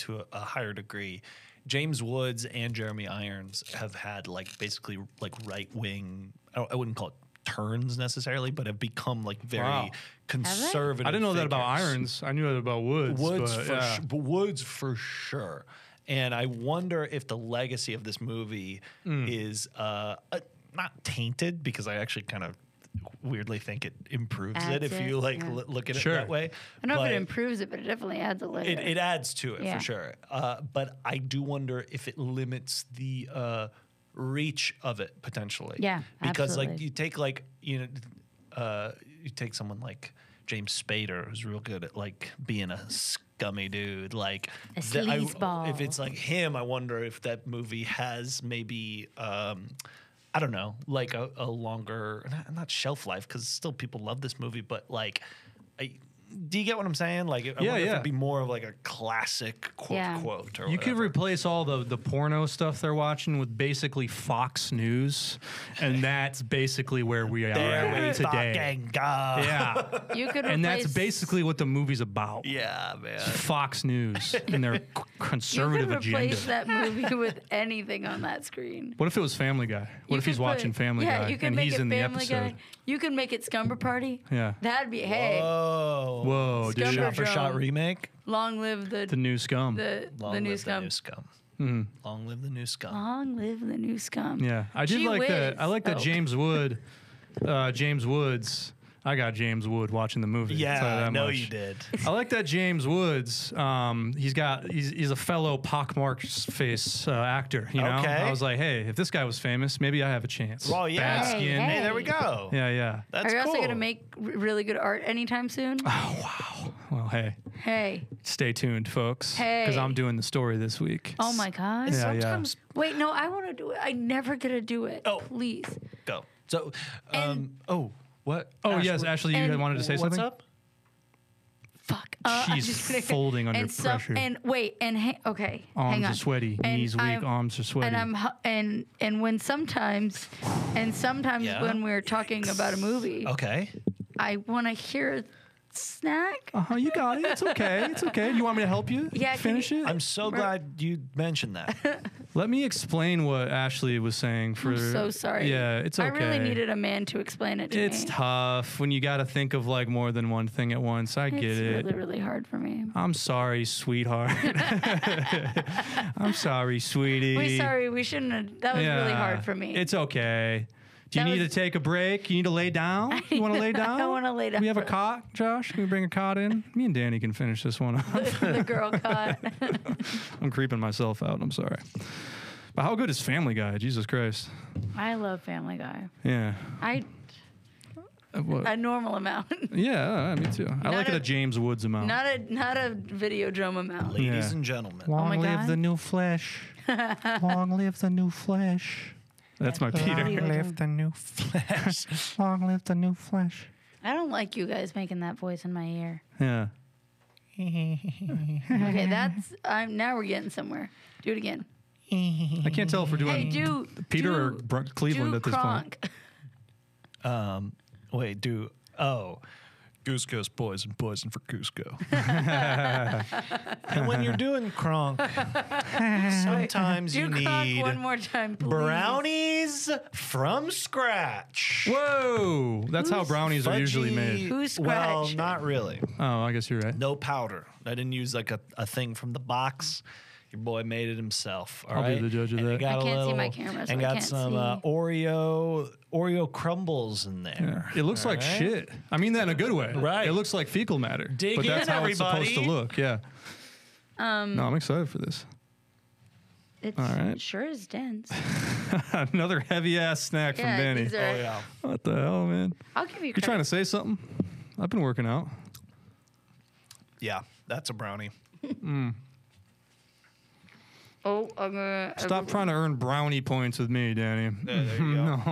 [SPEAKER 4] to a, a higher degree. James Woods and Jeremy Irons have had like basically like right wing. I, don't- I wouldn't call it turns necessarily, but have become like very
[SPEAKER 3] Wow.
[SPEAKER 4] conservative.
[SPEAKER 3] I didn't know that about
[SPEAKER 4] figures.
[SPEAKER 3] Irons. I knew that about Woods.
[SPEAKER 4] Woods
[SPEAKER 3] but,
[SPEAKER 4] for
[SPEAKER 3] yeah.
[SPEAKER 4] su- but Woods for sure. And I wonder if the legacy of this movie
[SPEAKER 3] Hmm.
[SPEAKER 4] is uh, uh, not tainted because I actually kind of weirdly think it improves it
[SPEAKER 2] Adds
[SPEAKER 4] if
[SPEAKER 2] it,
[SPEAKER 4] you like
[SPEAKER 2] yeah.
[SPEAKER 4] l- look at
[SPEAKER 3] Sure.
[SPEAKER 4] it that way.
[SPEAKER 2] I don't know if it
[SPEAKER 4] But-
[SPEAKER 2] improves it, but it definitely adds a layer.
[SPEAKER 4] it, it adds to it
[SPEAKER 2] Yeah.
[SPEAKER 4] for sure. Uh, but I do wonder if it limits the uh, reach of it potentially.
[SPEAKER 2] Yeah,
[SPEAKER 4] because like
[SPEAKER 2] absolutely.
[SPEAKER 4] you take like you know, uh, you take someone like James Spader who's real good at like being a scummy dude. Like
[SPEAKER 2] A
[SPEAKER 4] the- I-
[SPEAKER 2] sleazeball.
[SPEAKER 4] If it's like him, I wonder if that movie has maybe. Um, I don't know, like a, a longer, not- not shelf life, because still people love this movie, but like, I, do you get what I'm saying? Like, I
[SPEAKER 3] Yeah,
[SPEAKER 4] wonder if
[SPEAKER 3] yeah.
[SPEAKER 4] it'd be more of like a classic quote
[SPEAKER 2] Yeah.
[SPEAKER 4] quote. Or
[SPEAKER 3] You could
[SPEAKER 4] whatever.
[SPEAKER 3] replace all the, the porno stuff they're watching with basically Fox News, and *laughs* that's basically where we are
[SPEAKER 4] There we
[SPEAKER 3] at today.
[SPEAKER 4] fucking go.
[SPEAKER 3] Yeah,
[SPEAKER 2] You could
[SPEAKER 3] *laughs* and
[SPEAKER 2] replace,
[SPEAKER 3] that's basically what the movie's about.
[SPEAKER 4] Yeah, man.
[SPEAKER 3] Fox *laughs* News and their c-
[SPEAKER 2] you could
[SPEAKER 3] conservative agenda.
[SPEAKER 2] replace
[SPEAKER 3] *laughs*
[SPEAKER 2] that movie with anything on that screen.
[SPEAKER 3] What if it was Family Guy?
[SPEAKER 2] You
[SPEAKER 3] What if he's
[SPEAKER 2] could put-
[SPEAKER 3] watching Family
[SPEAKER 2] yeah,
[SPEAKER 3] Guy
[SPEAKER 2] you could
[SPEAKER 3] and
[SPEAKER 2] make
[SPEAKER 3] he's
[SPEAKER 2] it
[SPEAKER 3] in the
[SPEAKER 2] Family
[SPEAKER 3] episode?
[SPEAKER 2] Guy. You can make it Scumber Party.
[SPEAKER 3] Yeah.
[SPEAKER 2] That'd be hey,
[SPEAKER 4] Oh.
[SPEAKER 3] Whoa, dude.
[SPEAKER 2] Scumber
[SPEAKER 4] Shot for shot
[SPEAKER 2] Drone.
[SPEAKER 4] remake.
[SPEAKER 2] long live the
[SPEAKER 3] The
[SPEAKER 2] the
[SPEAKER 3] new scum.
[SPEAKER 2] the,
[SPEAKER 4] Long
[SPEAKER 2] new
[SPEAKER 4] live the
[SPEAKER 2] scum.
[SPEAKER 4] new scum.
[SPEAKER 3] Mm-hmm.
[SPEAKER 4] Long live the new scum.
[SPEAKER 2] Long live the new scum.
[SPEAKER 3] yeah, I did
[SPEAKER 2] Gee
[SPEAKER 3] like that.
[SPEAKER 2] whiz.
[SPEAKER 3] I like that
[SPEAKER 2] Oh.
[SPEAKER 3] James Wood. Uh, James Woods. I got James Wood watching the movie. I'll
[SPEAKER 4] Yeah,
[SPEAKER 3] tell
[SPEAKER 4] I
[SPEAKER 3] that
[SPEAKER 4] know
[SPEAKER 3] much.
[SPEAKER 4] you did.
[SPEAKER 3] I like that James Woods. Um, he's got he's, he's a fellow pockmarked face uh, actor. You know,
[SPEAKER 4] Okay.
[SPEAKER 3] I was like, hey, if this guy was famous, maybe I have a chance.
[SPEAKER 4] Well, yeah.
[SPEAKER 3] Bad skin.
[SPEAKER 4] Hey, there we go.
[SPEAKER 3] Yeah, yeah.
[SPEAKER 4] That's
[SPEAKER 2] Are you
[SPEAKER 4] cool.
[SPEAKER 2] also gonna make r- really good art anytime
[SPEAKER 3] *sighs*
[SPEAKER 2] soon?
[SPEAKER 3] Well, hey,
[SPEAKER 2] hey,
[SPEAKER 3] stay tuned, folks, because
[SPEAKER 2] Hey.
[SPEAKER 3] I'm doing the story this week.
[SPEAKER 2] oh my gosh.
[SPEAKER 3] yeah, yeah.
[SPEAKER 4] Sometimes
[SPEAKER 2] Wait, no, I want to do it. I never gonna do it.
[SPEAKER 4] Oh.
[SPEAKER 2] please.
[SPEAKER 4] go. So, um, oh, what?
[SPEAKER 3] Oh yes, Ashley, you
[SPEAKER 2] and
[SPEAKER 3] wanted to say
[SPEAKER 4] What's
[SPEAKER 3] something.
[SPEAKER 4] up?
[SPEAKER 2] Fuck. Uh, I'm
[SPEAKER 3] She's
[SPEAKER 2] just gonna-
[SPEAKER 3] folding under
[SPEAKER 2] and so-
[SPEAKER 3] pressure.
[SPEAKER 2] and wait, and ha- okay, hang
[SPEAKER 3] Arms
[SPEAKER 2] on.
[SPEAKER 3] are sweaty,
[SPEAKER 2] And
[SPEAKER 3] knees weak,
[SPEAKER 2] I'm-
[SPEAKER 3] arms are sweaty.
[SPEAKER 2] And I'm hu- and and when sometimes, and sometimes
[SPEAKER 4] Yeah.
[SPEAKER 2] when we're talking about a movie,
[SPEAKER 3] Oh.
[SPEAKER 4] Okay.
[SPEAKER 2] I want to hear a snack.
[SPEAKER 3] Uh huh. You got it. It's okay. It's okay. You want me to help you?
[SPEAKER 2] Yeah, can
[SPEAKER 3] Finish
[SPEAKER 2] you-
[SPEAKER 3] it.
[SPEAKER 4] I'm so glad you mentioned that.
[SPEAKER 2] *laughs*
[SPEAKER 3] Let me explain what Ashley was saying. For
[SPEAKER 2] I'm so sorry.
[SPEAKER 3] Yeah, it's
[SPEAKER 2] I
[SPEAKER 3] okay.
[SPEAKER 2] really needed a man to explain it to
[SPEAKER 3] It's
[SPEAKER 2] me.
[SPEAKER 3] tough when you got to think of like more than one thing at once. I get
[SPEAKER 2] It's
[SPEAKER 3] it.
[SPEAKER 2] really really hard for me.
[SPEAKER 3] I'm sorry, sweetheart.
[SPEAKER 2] *laughs*
[SPEAKER 3] *laughs* I'm sorry, sweetie.
[SPEAKER 2] We sorry, we shouldn't. have That was really
[SPEAKER 3] Yeah,
[SPEAKER 2] hard for me.
[SPEAKER 3] It's okay. Do you
[SPEAKER 2] That
[SPEAKER 3] need
[SPEAKER 2] was-
[SPEAKER 3] to take a break? You need to
[SPEAKER 2] *laughs*
[SPEAKER 3] lay down? You want to lay down?
[SPEAKER 2] wanna lay
[SPEAKER 3] We have a
[SPEAKER 2] down.
[SPEAKER 3] cot, Josh? Can we bring a cot in? Me and Danny can finish this one up.
[SPEAKER 2] *laughs* the
[SPEAKER 3] *laughs*
[SPEAKER 2] girl caught.
[SPEAKER 3] I'm creeping myself out. I'm sorry. But how good is Family Guy? Jesus Christ.
[SPEAKER 2] *laughs* I love Family Guy.
[SPEAKER 3] Yeah.
[SPEAKER 2] I
[SPEAKER 3] Uh, what-
[SPEAKER 2] a normal amount, *laughs*
[SPEAKER 3] yeah, uh, me too. I like
[SPEAKER 2] a-
[SPEAKER 3] it a James Woods amount.
[SPEAKER 2] not a not a video drum amount.
[SPEAKER 4] Ladies
[SPEAKER 3] Yeah.
[SPEAKER 4] and
[SPEAKER 3] *laughs*
[SPEAKER 4] gentlemen.
[SPEAKER 3] Long
[SPEAKER 2] my
[SPEAKER 3] live
[SPEAKER 2] God.
[SPEAKER 3] the
[SPEAKER 2] *laughs*
[SPEAKER 3] new flesh. Long live the new flesh. That's my Peter.
[SPEAKER 6] live the new flesh.
[SPEAKER 3] Long live the new flesh.
[SPEAKER 2] I don't like you guys making that voice in my ear.
[SPEAKER 3] *laughs* Yeah.
[SPEAKER 2] *laughs* Okay, that's I'm now we're getting somewhere. Do it again.
[SPEAKER 3] I can't tell if we're doing
[SPEAKER 2] Hey, do
[SPEAKER 3] Peter
[SPEAKER 2] do,
[SPEAKER 3] or Br- Cleveland
[SPEAKER 2] do
[SPEAKER 3] at this point. *laughs*
[SPEAKER 2] Kronk.
[SPEAKER 4] Wait, do oh, Goose Goose Boys and Poison for
[SPEAKER 2] *laughs*
[SPEAKER 4] Goose Go.
[SPEAKER 6] and when you're doing
[SPEAKER 2] *laughs*
[SPEAKER 6] Kronk, sometimes you
[SPEAKER 2] Do Kronk
[SPEAKER 6] need
[SPEAKER 2] one more time, please.
[SPEAKER 6] brownies from scratch.
[SPEAKER 3] Whoa! That's how brownies are usually made.
[SPEAKER 2] Who's
[SPEAKER 6] Well,
[SPEAKER 2] scratch?
[SPEAKER 6] not really.
[SPEAKER 3] Oh, I guess you're right.
[SPEAKER 4] No powder. I didn't use like a, a thing from the box. Your boy made it himself. all
[SPEAKER 3] I'll be
[SPEAKER 4] right?
[SPEAKER 3] the judge of
[SPEAKER 4] And it
[SPEAKER 3] that.
[SPEAKER 4] got
[SPEAKER 2] I
[SPEAKER 4] a
[SPEAKER 2] can't see my
[SPEAKER 4] little-
[SPEAKER 2] camera, so
[SPEAKER 4] and
[SPEAKER 2] I
[SPEAKER 4] got
[SPEAKER 2] can't
[SPEAKER 4] some Uh,
[SPEAKER 2] see.
[SPEAKER 4] Oreo Oreo crumbles in there.
[SPEAKER 3] It looks like shit. I mean that in a good way.
[SPEAKER 4] Right.
[SPEAKER 3] It looks like fecal matter.
[SPEAKER 4] Dig
[SPEAKER 3] but that's
[SPEAKER 4] in,
[SPEAKER 3] how it's supposed to
[SPEAKER 4] everybody.
[SPEAKER 3] look. Yeah. Um, no, I'm excited for this.
[SPEAKER 2] It's
[SPEAKER 3] All right.
[SPEAKER 2] sure is
[SPEAKER 3] *laughs*
[SPEAKER 2] dense.
[SPEAKER 3] Another heavy ass snack
[SPEAKER 2] yeah,
[SPEAKER 3] from
[SPEAKER 2] these
[SPEAKER 3] Benny.
[SPEAKER 2] are.
[SPEAKER 4] Oh, Yeah.
[SPEAKER 3] What the hell, man?
[SPEAKER 2] I'll give you.
[SPEAKER 3] You Oh, trying
[SPEAKER 2] credit.
[SPEAKER 3] to say something? I've been working out.
[SPEAKER 4] Yeah, that's a brownie.
[SPEAKER 2] Oh, I'm gonna
[SPEAKER 3] Stop trying to earn brownie points with me, Danny. *laughs*
[SPEAKER 4] there you go.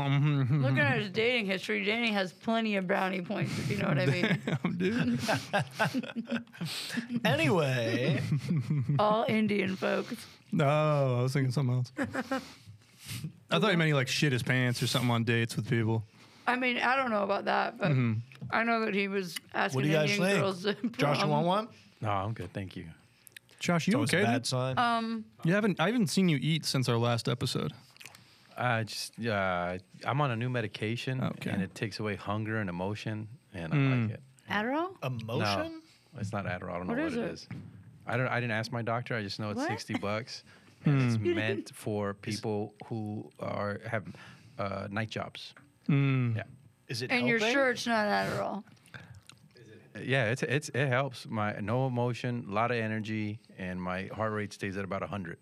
[SPEAKER 2] Looking at his dating history, Danny has plenty of brownie points, if you know what
[SPEAKER 3] *laughs*
[SPEAKER 2] I mean.
[SPEAKER 3] Dude.
[SPEAKER 4] *laughs* Anyway,
[SPEAKER 2] All Indian folks.
[SPEAKER 3] No, I was thinking something else. I thought you meant he like shit his pants or something on dates with people.
[SPEAKER 2] I mean, I don't know about that, but
[SPEAKER 3] Mm-hmm.
[SPEAKER 2] I know that he was asking
[SPEAKER 4] What do you guys
[SPEAKER 2] Indian
[SPEAKER 4] think?
[SPEAKER 2] girls. to
[SPEAKER 4] Josh, you
[SPEAKER 2] prom.
[SPEAKER 4] want one?
[SPEAKER 5] No, I'm good. Thank you.
[SPEAKER 3] Josh, you
[SPEAKER 4] Always a
[SPEAKER 3] okay?
[SPEAKER 4] bad
[SPEAKER 3] dude?
[SPEAKER 4] sign.
[SPEAKER 2] Um,
[SPEAKER 3] You haven't. I haven't seen you eat since our last episode.
[SPEAKER 5] I just, uh, I'm on a new medication,
[SPEAKER 3] Okay. Hmm.
[SPEAKER 5] and it takes away hunger and emotion, and I like it.
[SPEAKER 2] Adderall?
[SPEAKER 4] Emotion?
[SPEAKER 5] No, it's not Adderall. I don't
[SPEAKER 2] What
[SPEAKER 5] know
[SPEAKER 2] is
[SPEAKER 5] what
[SPEAKER 2] it?
[SPEAKER 5] it is. I don't. I didn't ask my doctor. I just know it's
[SPEAKER 2] What? *laughs*
[SPEAKER 5] sixty bucks, and it's meant for people who are have uh, night jobs.
[SPEAKER 3] Hmm.
[SPEAKER 5] Yeah,
[SPEAKER 4] Is it
[SPEAKER 2] And you're
[SPEAKER 4] helping?
[SPEAKER 2] sure it's not Adderall?
[SPEAKER 5] yeah. It's it's it helps. My no emotion, a lot of energy, and my heart rate stays at about hundred.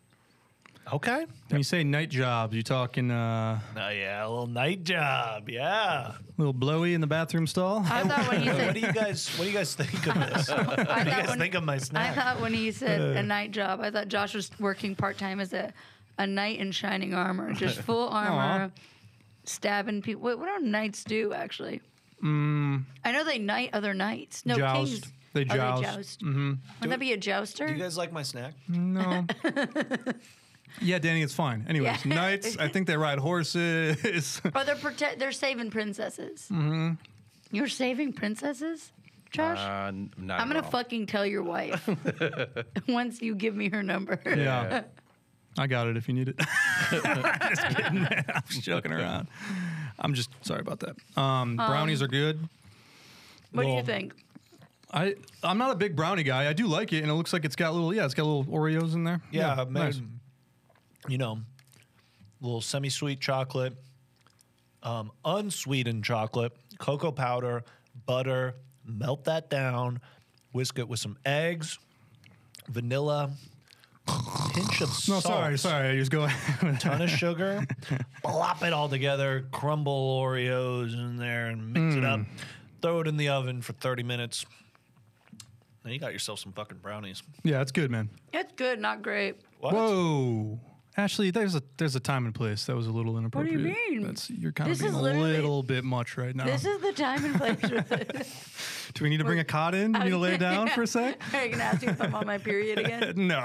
[SPEAKER 4] Okay.
[SPEAKER 3] When you say night jobs, you talking uh,
[SPEAKER 4] Oh yeah, a little night job. Yeah.
[SPEAKER 3] little blowy in the
[SPEAKER 2] *laughs*
[SPEAKER 3] bathroom stall?
[SPEAKER 2] *laughs* I thought when he
[SPEAKER 4] what do
[SPEAKER 2] said,
[SPEAKER 4] you guys What do you guys think of
[SPEAKER 2] *laughs*
[SPEAKER 4] this? what do you
[SPEAKER 2] I
[SPEAKER 4] guys
[SPEAKER 2] thought when,
[SPEAKER 4] think of Uh. my
[SPEAKER 2] I
[SPEAKER 4] snack?
[SPEAKER 2] thought when he said a night job, I thought Josh was working part time as a, a knight in shining armor,
[SPEAKER 4] *laughs*
[SPEAKER 2] just full armor, stabbing
[SPEAKER 4] Mm.
[SPEAKER 2] people. What, what do knights do, actually? I know they knight other knights. No,
[SPEAKER 3] Joust.
[SPEAKER 2] kings.
[SPEAKER 3] They
[SPEAKER 2] Oh,
[SPEAKER 3] joust.
[SPEAKER 2] they joust. Wouldn't that be a jouster?
[SPEAKER 4] Mm-hmm. Do you guys like my snack?
[SPEAKER 2] *laughs*
[SPEAKER 3] No. yeah, Danny, it's fine. Anyways,
[SPEAKER 2] Yeah.
[SPEAKER 3] knights. I think they ride horses.
[SPEAKER 2] oh, they're prote- They're saving princesses.
[SPEAKER 4] Mm-hmm.
[SPEAKER 2] You're saving princesses, Josh.
[SPEAKER 5] Uh, n- not
[SPEAKER 2] I'm
[SPEAKER 5] at
[SPEAKER 2] gonna
[SPEAKER 5] all.
[SPEAKER 2] fucking tell your
[SPEAKER 3] *laughs*
[SPEAKER 2] wife *laughs* once you give me her number.
[SPEAKER 3] yeah. I got it if you
[SPEAKER 2] *laughs*
[SPEAKER 3] need it. just kidding. *laughs* I'm just joking around. I'm just sorry about that. Um, brownies are good.
[SPEAKER 2] What do
[SPEAKER 3] Well,
[SPEAKER 2] you think?
[SPEAKER 3] I I'm not a big brownie guy. I do like it, and it looks like it's got little yeah, it's got little Oreos in there.
[SPEAKER 4] Yeah, I made,
[SPEAKER 3] nice.
[SPEAKER 4] you know, little semi-sweet chocolate, um, unsweetened chocolate, cocoa powder, butter. Melt that down, whisk it with some eggs, vanilla, pinch of
[SPEAKER 3] No,
[SPEAKER 4] salt,
[SPEAKER 3] sorry, sorry. I just go. *laughs*
[SPEAKER 4] ton of sugar, blop it all together, crumble Oreos in there, and mix it
[SPEAKER 3] Mm.
[SPEAKER 4] up. Throw it in the oven for thirty minutes. Now you got yourself some fucking brownies.
[SPEAKER 3] yeah, it's good, man.
[SPEAKER 2] It's good, not great.
[SPEAKER 4] What?
[SPEAKER 3] Whoa. Ashley, there's a there's a time and place that was a little inappropriate.
[SPEAKER 2] mean?
[SPEAKER 3] That's you're kind of
[SPEAKER 2] This is
[SPEAKER 3] being a
[SPEAKER 2] literally-
[SPEAKER 3] little bit much right now.
[SPEAKER 2] This is the time and place. with it. *laughs*
[SPEAKER 3] Do we need to bring a cot in? Do we need to lay it down for a sec?
[SPEAKER 2] Are you gonna ask me if I'm on my period again?
[SPEAKER 3] No,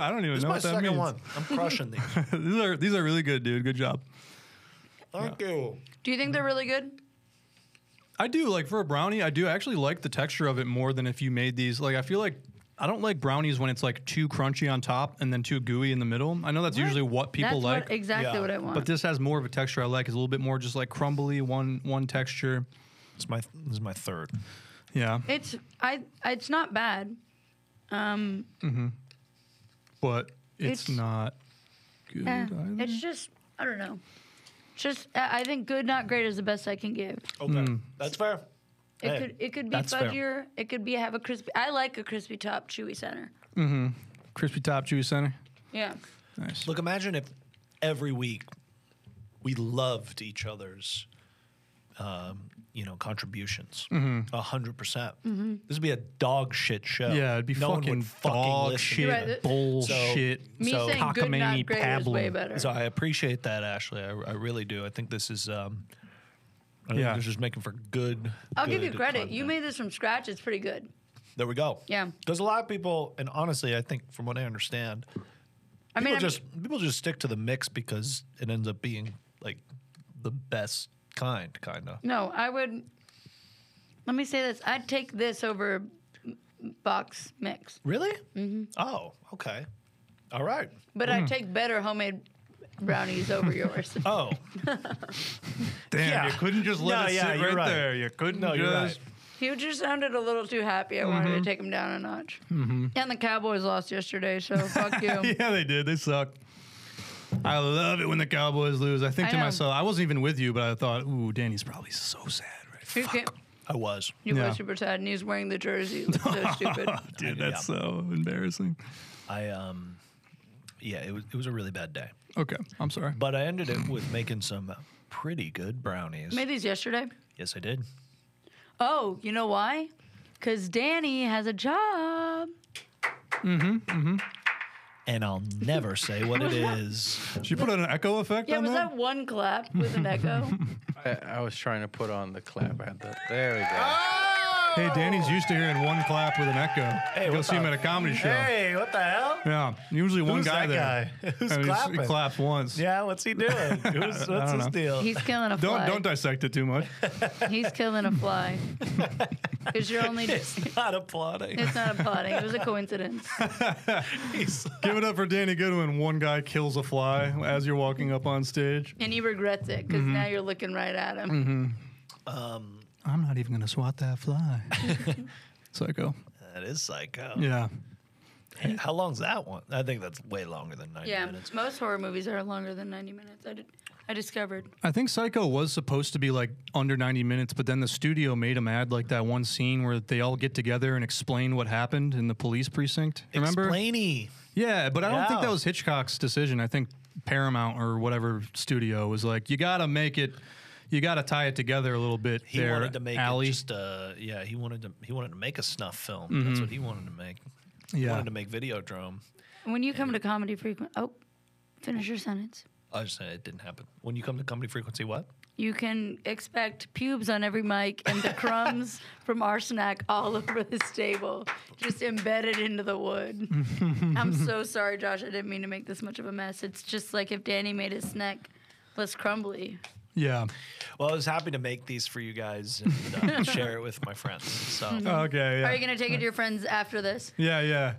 [SPEAKER 3] I don't even
[SPEAKER 4] This is
[SPEAKER 3] know
[SPEAKER 4] my
[SPEAKER 3] what that
[SPEAKER 4] second
[SPEAKER 3] means.
[SPEAKER 4] one. I'm crushing these.
[SPEAKER 3] these are these are really good, dude. Good job.
[SPEAKER 4] Thank you.
[SPEAKER 2] Do you think they're really good?
[SPEAKER 3] I do like for a brownie. I do actually like the texture of it more than if you made these. Like I feel like I don't like brownies when it's like too crunchy on top and then too gooey in the middle. I know that's usually what people
[SPEAKER 2] That's
[SPEAKER 3] like,
[SPEAKER 2] what, exactly
[SPEAKER 4] Yeah.
[SPEAKER 2] what I want.
[SPEAKER 3] but this has more of a texture I like. It's a little bit more just like crumbly one one texture.
[SPEAKER 4] It's my this is my third.
[SPEAKER 3] Yeah,
[SPEAKER 2] it's I. It's not bad. Um,
[SPEAKER 3] but it's,
[SPEAKER 2] It's-
[SPEAKER 3] not good.
[SPEAKER 2] eh,
[SPEAKER 3] either.
[SPEAKER 2] it's just I don't know. Just I I think good, not great is the best I can give.
[SPEAKER 3] Oh,
[SPEAKER 4] Okay,
[SPEAKER 3] Hmm.
[SPEAKER 4] that's fair.
[SPEAKER 2] It
[SPEAKER 4] Hey,
[SPEAKER 2] could it could be
[SPEAKER 4] that's fair.
[SPEAKER 2] fudgier. It could be have a crispy. I like a crispy top, chewy center.
[SPEAKER 3] Crispy top, juice center.
[SPEAKER 2] Yeah.
[SPEAKER 3] Nice.
[SPEAKER 4] Look, imagine if every week we loved each other's, um, you know, contributions. A hundred percent.
[SPEAKER 2] Mm-hmm.
[SPEAKER 4] This would be a dog shit show.
[SPEAKER 3] Mm-hmm. yeah, it'd be
[SPEAKER 4] No one
[SPEAKER 3] fucking
[SPEAKER 4] would fucking
[SPEAKER 3] dog
[SPEAKER 4] listen.
[SPEAKER 3] shit,
[SPEAKER 2] Right, th-
[SPEAKER 3] bullshit.
[SPEAKER 2] Me
[SPEAKER 4] So-
[SPEAKER 2] saying good,
[SPEAKER 3] cockamamie
[SPEAKER 2] not great is way
[SPEAKER 3] pablum.
[SPEAKER 2] better.
[SPEAKER 4] So I appreciate that, Ashley. I, I really do. I think this is. Um, I
[SPEAKER 3] Yeah.
[SPEAKER 4] yeah, this is making for good.
[SPEAKER 2] I'll give you
[SPEAKER 4] good
[SPEAKER 2] credit. You
[SPEAKER 4] content.
[SPEAKER 2] made this from scratch. It's pretty good.
[SPEAKER 4] There we go.
[SPEAKER 2] Yeah.
[SPEAKER 4] Because a lot of people, and honestly, I think from what I understand,
[SPEAKER 2] I mean,
[SPEAKER 4] people
[SPEAKER 2] I'm-
[SPEAKER 4] just people just stick to the mix because it ends up being like the best kind, kind of.
[SPEAKER 2] no, I would. Let me say this. I'd take this over m- box mix,
[SPEAKER 4] Really? Mm-hmm. Oh, okay. All right.
[SPEAKER 2] but
[SPEAKER 4] Mm.
[SPEAKER 2] I'd take better homemade brownies over
[SPEAKER 4] *laughs*
[SPEAKER 2] yours.
[SPEAKER 3] *laughs*
[SPEAKER 4] Oh,
[SPEAKER 3] Damn,
[SPEAKER 4] Yeah.
[SPEAKER 3] you couldn't just let
[SPEAKER 4] No,
[SPEAKER 3] it
[SPEAKER 4] yeah,
[SPEAKER 3] sit
[SPEAKER 4] you're
[SPEAKER 3] right,
[SPEAKER 4] right.
[SPEAKER 3] there. You couldn't
[SPEAKER 4] No,
[SPEAKER 3] just.
[SPEAKER 4] you're right.
[SPEAKER 2] You just sounded a little too happy. I wanted
[SPEAKER 4] Mm-hmm.
[SPEAKER 2] to take him down a notch. And the Cowboys lost yesterday,
[SPEAKER 4] *laughs*
[SPEAKER 2] so fuck you.
[SPEAKER 3] *laughs* Yeah, they did. They suck. I love it when the Cowboys lose. I think
[SPEAKER 2] I
[SPEAKER 3] to
[SPEAKER 2] know.
[SPEAKER 3] myself, I wasn't even with you, but I thought, ooh, Danny's probably so sad right
[SPEAKER 2] You, can't,
[SPEAKER 4] I was.
[SPEAKER 2] you
[SPEAKER 3] Yeah.
[SPEAKER 2] were super sad, and he's wearing the jersey. It was
[SPEAKER 4] *laughs*
[SPEAKER 2] so stupid.
[SPEAKER 3] now. *laughs* Dude,
[SPEAKER 4] Yeah.
[SPEAKER 3] that's so embarrassing.
[SPEAKER 4] I um, yeah. It was. It was a really bad day,
[SPEAKER 3] Okay, I'm sorry.
[SPEAKER 4] but I ended it with making some pretty good brownies.
[SPEAKER 2] Made these yesterday.
[SPEAKER 4] Yes, I did.
[SPEAKER 2] Oh, you know why? Because Danny has a job.
[SPEAKER 4] And I'll never say
[SPEAKER 2] *laughs*
[SPEAKER 4] what it is.
[SPEAKER 3] Did you put an echo effect
[SPEAKER 4] Oh,
[SPEAKER 2] Yeah,
[SPEAKER 3] on
[SPEAKER 2] was
[SPEAKER 3] that?
[SPEAKER 2] that one clap with
[SPEAKER 4] *laughs*
[SPEAKER 2] an echo?
[SPEAKER 5] I, I was trying to put on the clap. I had the, there we go.
[SPEAKER 3] Hey, Danny's used to hearing one clap with an echo. Hey, You'll
[SPEAKER 4] what's
[SPEAKER 3] see him
[SPEAKER 4] up?
[SPEAKER 3] at a comedy show.
[SPEAKER 6] Hey, what the hell?
[SPEAKER 3] Yeah, usually one
[SPEAKER 6] Who's
[SPEAKER 3] guy
[SPEAKER 6] that
[SPEAKER 3] there.
[SPEAKER 6] guy? Who's
[SPEAKER 3] I mean, he's-
[SPEAKER 6] clapping?
[SPEAKER 3] He claps once.
[SPEAKER 6] Yeah, what's
[SPEAKER 3] *laughs*
[SPEAKER 6] he doing? Who's, what's his
[SPEAKER 3] know.
[SPEAKER 6] deal? *laughs*
[SPEAKER 2] He's killing a
[SPEAKER 3] Don't
[SPEAKER 2] fly.
[SPEAKER 3] don't dissect it too much.
[SPEAKER 2] He's killing a
[SPEAKER 3] *laughs*
[SPEAKER 2] fly. Because you're only. It's
[SPEAKER 6] He's not applauding.
[SPEAKER 2] not a plotting. It was a coincidence.
[SPEAKER 6] He's
[SPEAKER 3] Give it up for Danny Goodwin. One guy kills a fly as you're walking up on stage.
[SPEAKER 2] And he regrets it because
[SPEAKER 3] Mm-hmm.
[SPEAKER 2] now you're looking right at him.
[SPEAKER 3] I'm not even gonna swat
[SPEAKER 2] *laughs*
[SPEAKER 3] that fly. Psycho.
[SPEAKER 4] That is psycho.
[SPEAKER 3] Yeah.
[SPEAKER 4] How long's that one? I think that's way longer than 90
[SPEAKER 2] Yeah,
[SPEAKER 4] minutes.
[SPEAKER 2] most horror movies are longer than 90 minutes. I, did, I discovered.
[SPEAKER 3] I think Psycho was supposed to be like under 90 minutes, but then the studio made him add like that one scene where they all get together and explain what happened in the police precinct. Remember?
[SPEAKER 4] Explainy.
[SPEAKER 3] Yeah, but I don't think
[SPEAKER 4] Yeah.
[SPEAKER 3] that was Hitchcock's decision. I think Paramount or whatever studio was like, you got to make it, you got to tie it together a little bit.
[SPEAKER 4] He
[SPEAKER 3] there,
[SPEAKER 4] wanted to make
[SPEAKER 3] Alley. Mm-hmm.
[SPEAKER 4] it just uh yeah, he wanted to he wanted to make a snuff film. That's what he wanted to make. He
[SPEAKER 3] Yeah.
[SPEAKER 4] wanted to make Videodrome.
[SPEAKER 2] When you come to comedy frequent, oh, finish your sentence.
[SPEAKER 4] I just said it didn't happen. When you come to comedy frequency, what?
[SPEAKER 2] You can expect pubes on every mic and the
[SPEAKER 3] *laughs*
[SPEAKER 2] crumbs from our snack all over the stable, just embedded into the
[SPEAKER 3] *laughs*
[SPEAKER 2] wood. I'm so sorry, Josh. I didn't mean to make this much of a mess. It's just like if Danny made his snack less crumbly.
[SPEAKER 3] Yeah.
[SPEAKER 4] Well, I was happy to make these for you guys
[SPEAKER 3] *laughs*
[SPEAKER 4] and uh, share it with my friends. So
[SPEAKER 3] Mm-hmm. Okay.
[SPEAKER 2] Are you
[SPEAKER 3] Yeah.
[SPEAKER 2] gonna take it to your friends after this?
[SPEAKER 3] Yeah. Yeah.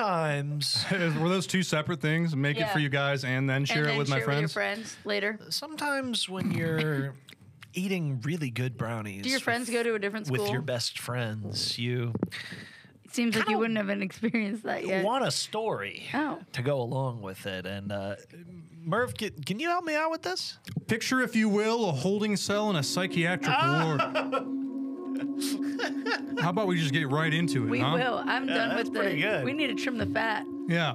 [SPEAKER 4] sometimes,
[SPEAKER 3] Were those two separate things? Make it for
[SPEAKER 2] Yeah.
[SPEAKER 3] you guys and then share
[SPEAKER 2] and then
[SPEAKER 3] it with
[SPEAKER 2] share
[SPEAKER 3] my friends.
[SPEAKER 2] With your friends later.
[SPEAKER 4] sometimes when you're eating really good brownies,
[SPEAKER 2] Do your friends
[SPEAKER 4] with,
[SPEAKER 2] go to a different school?
[SPEAKER 4] with your best friends? You
[SPEAKER 2] it seems like you wouldn't have an experienced that yet.
[SPEAKER 4] want a story
[SPEAKER 2] Oh.
[SPEAKER 4] to go along with it. And uh, Merv, can, can you help me out with this?
[SPEAKER 3] Picture, if you will, a holding cell in a psychiatric ward. How about we just get right into it?
[SPEAKER 2] we
[SPEAKER 3] huh?
[SPEAKER 2] will. I'm done with the.
[SPEAKER 4] pretty good.
[SPEAKER 2] We need to trim the fat.
[SPEAKER 3] Yeah.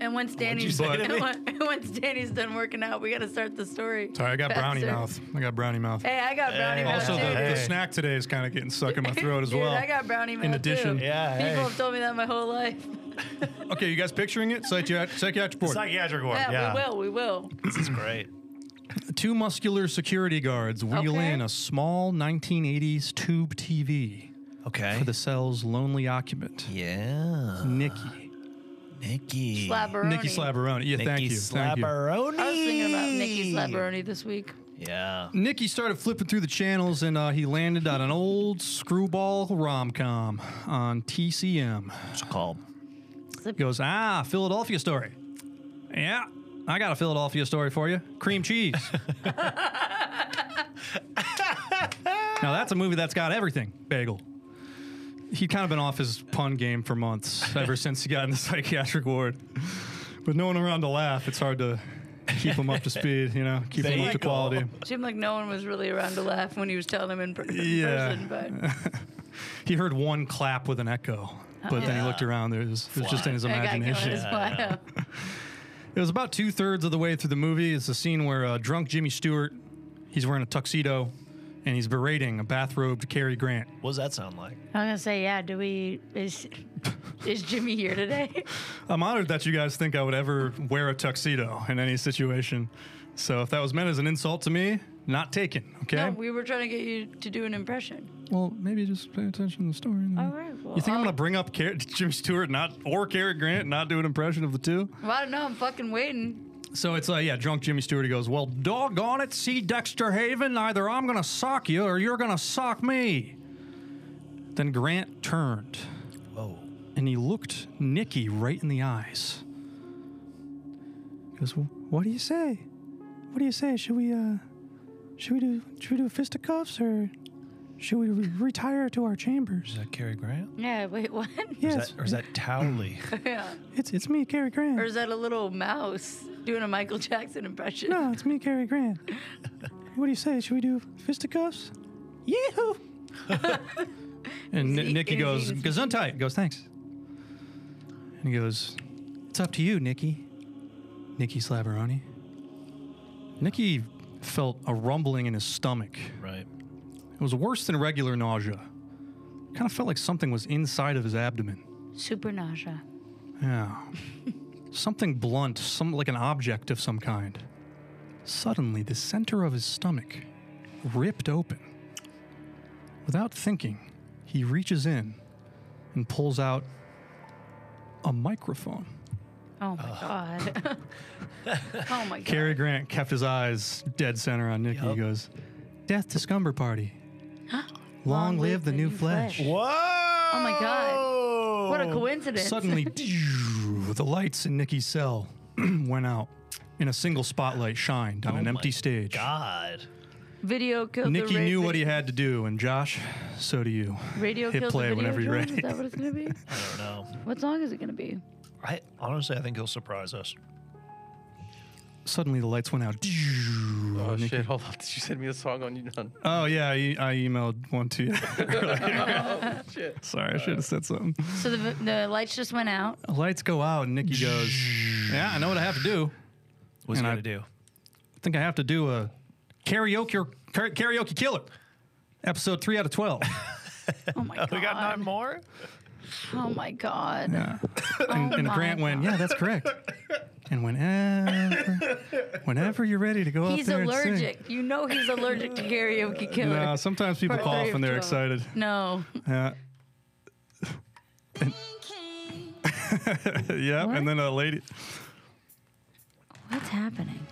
[SPEAKER 2] And once Danny's
[SPEAKER 4] say
[SPEAKER 2] *laughs*
[SPEAKER 4] to
[SPEAKER 2] and
[SPEAKER 4] me?
[SPEAKER 2] on- and once Danny's done working out, we got to start the story.
[SPEAKER 3] Sorry, I got brownie
[SPEAKER 2] faster.
[SPEAKER 3] mouth. I got brownie mouth.
[SPEAKER 2] Hey, I got brownie mouth
[SPEAKER 3] also,
[SPEAKER 2] too.
[SPEAKER 3] the, the
[SPEAKER 4] Hey.
[SPEAKER 3] snack today is kind of getting stuck
[SPEAKER 2] *laughs*
[SPEAKER 3] in my throat as
[SPEAKER 2] Dude,
[SPEAKER 3] well.
[SPEAKER 2] I got brownie mouth.
[SPEAKER 3] In addition,
[SPEAKER 2] too.
[SPEAKER 4] Yeah,
[SPEAKER 2] people
[SPEAKER 4] hey.
[SPEAKER 2] have told me that my whole
[SPEAKER 3] *laughs*
[SPEAKER 2] life.
[SPEAKER 3] okay, you guys picturing it? Psychiat- psychiatric ward.
[SPEAKER 6] Psychiatric ward.
[SPEAKER 2] Yeah,
[SPEAKER 6] Yeah.
[SPEAKER 2] we will. We will.
[SPEAKER 4] This is great.
[SPEAKER 3] Two muscular security guards wheel
[SPEAKER 2] Okay.
[SPEAKER 3] in a small 1980s tube TV
[SPEAKER 4] Okay.
[SPEAKER 3] for the cell's lonely occupant,
[SPEAKER 4] yeah,
[SPEAKER 3] Nikki.
[SPEAKER 4] Nikki.
[SPEAKER 2] Slabberoni.
[SPEAKER 3] Nikki Slabaroni. Yeah, thank you.
[SPEAKER 4] Nikki
[SPEAKER 3] Thank you.
[SPEAKER 4] Slabberoni.
[SPEAKER 2] I was thinking about Nikki Slabaroni this week.
[SPEAKER 4] Yeah.
[SPEAKER 3] Nicky started flipping through the channels and uh, he landed on an old screwball rom com on TCM.
[SPEAKER 4] It's called.
[SPEAKER 3] Goes, ah, Philadelphia story. Yeah, I got a Philadelphia story for you cream cheese. *laughs* now, that's a movie that's got everything bagel. He'd kind of been off his pun game for months, ever since he got in the psychiatric ward. With no one around to laugh, it's hard to keep him up to speed, you know, keep him up to
[SPEAKER 4] Bagel.
[SPEAKER 3] quality.
[SPEAKER 2] Seemed like no one was really around to laugh when he was telling them in, per- in
[SPEAKER 3] Yeah.
[SPEAKER 2] person, but
[SPEAKER 3] He heard one clap with an echo, but then he looked around. There was, it was just in his
[SPEAKER 2] that guy
[SPEAKER 3] imagination.
[SPEAKER 2] going his way up.
[SPEAKER 3] It was about two thirds of the way through the movie. It's the scene where uh, drunk Jimmy Stewart, he's wearing a tuxedo, and he's berating a bathrobed Cary Grant.
[SPEAKER 4] What does that sound like?
[SPEAKER 2] I was gonna say, yeah. Do we is is Jimmy here today?
[SPEAKER 3] I'm honored that you guys think I would ever wear a tuxedo in any situation. So if that was meant as an insult to me, not taken.
[SPEAKER 2] *laughs*
[SPEAKER 3] Okay.
[SPEAKER 2] No, we were trying to get you to do an impression.
[SPEAKER 3] well, maybe just pay attention to the story. and then-
[SPEAKER 2] All right, well,
[SPEAKER 3] you think I'm
[SPEAKER 2] I'll-
[SPEAKER 3] gonna bring up Car- *laughs* Jimmy Stewart, not or Cary Grant, not do an impression of the two?
[SPEAKER 2] Well, I don't know. I'm fucking waiting.
[SPEAKER 3] So it's uh, yeah, drunk Jimmy Stewart. He goes, "Well, doggone it, see Dexter Haven. Either I'm gonna sock you, or you're gonna sock me." Then Grant turned. And he looked Nikki right in the eyes. He goes, "Well, "What do you say? What do you say? Should we uh, should we do should we do fisticuffs or should we re- retire to our chambers?"
[SPEAKER 4] Is that Cary Grant?
[SPEAKER 2] Yeah. Wait. What?
[SPEAKER 4] Or
[SPEAKER 3] Yes,
[SPEAKER 4] is that, or is that Towley?
[SPEAKER 2] *laughs* yeah.
[SPEAKER 3] it's it's me, Cary Grant.
[SPEAKER 2] Or is that a little mouse doing a Michael Jackson impression?
[SPEAKER 3] No, it's me, Cary Grant. what do you say? Should we do fisticuffs? *laughs* Yee-hoo! and Ni-
[SPEAKER 2] Easy,
[SPEAKER 3] Nikki
[SPEAKER 2] easy,
[SPEAKER 3] goes,
[SPEAKER 2] easy.
[SPEAKER 3] Gazuntai. Goes, thanks. And he goes, it's up to you, Nikki. Nikki Slabaroni. Nikki felt a rumbling in his stomach.
[SPEAKER 4] right.
[SPEAKER 3] It was worse than regular nausea. Kind of felt like something was inside of his abdomen.
[SPEAKER 2] Super nausea.
[SPEAKER 3] Yeah. Something blunt, some like an object of some kind. Suddenly, the center of his stomach ripped open. Without thinking, he reaches in and pulls out a microphone.
[SPEAKER 2] Oh my
[SPEAKER 3] *laughs*
[SPEAKER 2] god. oh my god.
[SPEAKER 3] Cary Grant kept his eyes dead center on Nikki.
[SPEAKER 4] Yup.
[SPEAKER 3] He goes, "Death to Scumber Party. *gasps* Long, live, the new flesh."
[SPEAKER 2] Whoa. Oh my god.
[SPEAKER 4] Oh.
[SPEAKER 2] What a coincidence.
[SPEAKER 3] Suddenly, the lights in Nikki's cell *clears throat* went out, and a single spotlight shined on an empty stage.
[SPEAKER 4] God.
[SPEAKER 2] video killed
[SPEAKER 3] Nikki
[SPEAKER 2] the ra-
[SPEAKER 3] knew what he had to do, and Josh, so do you.
[SPEAKER 2] *laughs* Radio
[SPEAKER 3] hit
[SPEAKER 2] killed
[SPEAKER 3] play
[SPEAKER 2] the video
[SPEAKER 3] whenever you're
[SPEAKER 2] drone?
[SPEAKER 3] ready.
[SPEAKER 2] Is that what it's gonna be?
[SPEAKER 4] I don't know.
[SPEAKER 2] What song is it gonna be?
[SPEAKER 4] I honestly, I think he'll surprise us.
[SPEAKER 3] Suddenly, the lights went out.
[SPEAKER 5] Oh
[SPEAKER 3] Nikki-
[SPEAKER 5] shit! Hold on. *laughs* Did you send me a song on you? Done.
[SPEAKER 3] Oh yeah, I, e- I emailed one to you. *laughs*
[SPEAKER 5] Shit.
[SPEAKER 3] Sorry, I should have said something.
[SPEAKER 2] So the the lights just went out.
[SPEAKER 3] Lights go out, and Nikki goes, "Yeah, I know what I have to do.
[SPEAKER 4] What's he
[SPEAKER 3] And I-
[SPEAKER 4] gonna do?
[SPEAKER 3] I think I have to do a karaoke or kar- karaoke killer." Episode three out of twelve.
[SPEAKER 2] Oh my god.
[SPEAKER 4] We got nine more.
[SPEAKER 2] Oh my god.
[SPEAKER 3] and and
[SPEAKER 2] my
[SPEAKER 3] Grant went, "Yeah, that's correct."
[SPEAKER 2] *laughs*
[SPEAKER 3] and whenever, whenever you're ready to go
[SPEAKER 2] He's
[SPEAKER 3] out there and sing.
[SPEAKER 2] allergic. You know he's allergic to karaoke killer.
[SPEAKER 3] Nah, sometimes people
[SPEAKER 2] Part
[SPEAKER 3] cough
[SPEAKER 2] three
[SPEAKER 3] when they're
[SPEAKER 2] of Joel.
[SPEAKER 3] excited.
[SPEAKER 2] No.
[SPEAKER 3] Yeah. yeah,
[SPEAKER 2] What?
[SPEAKER 3] and then a lady.
[SPEAKER 2] What's happening?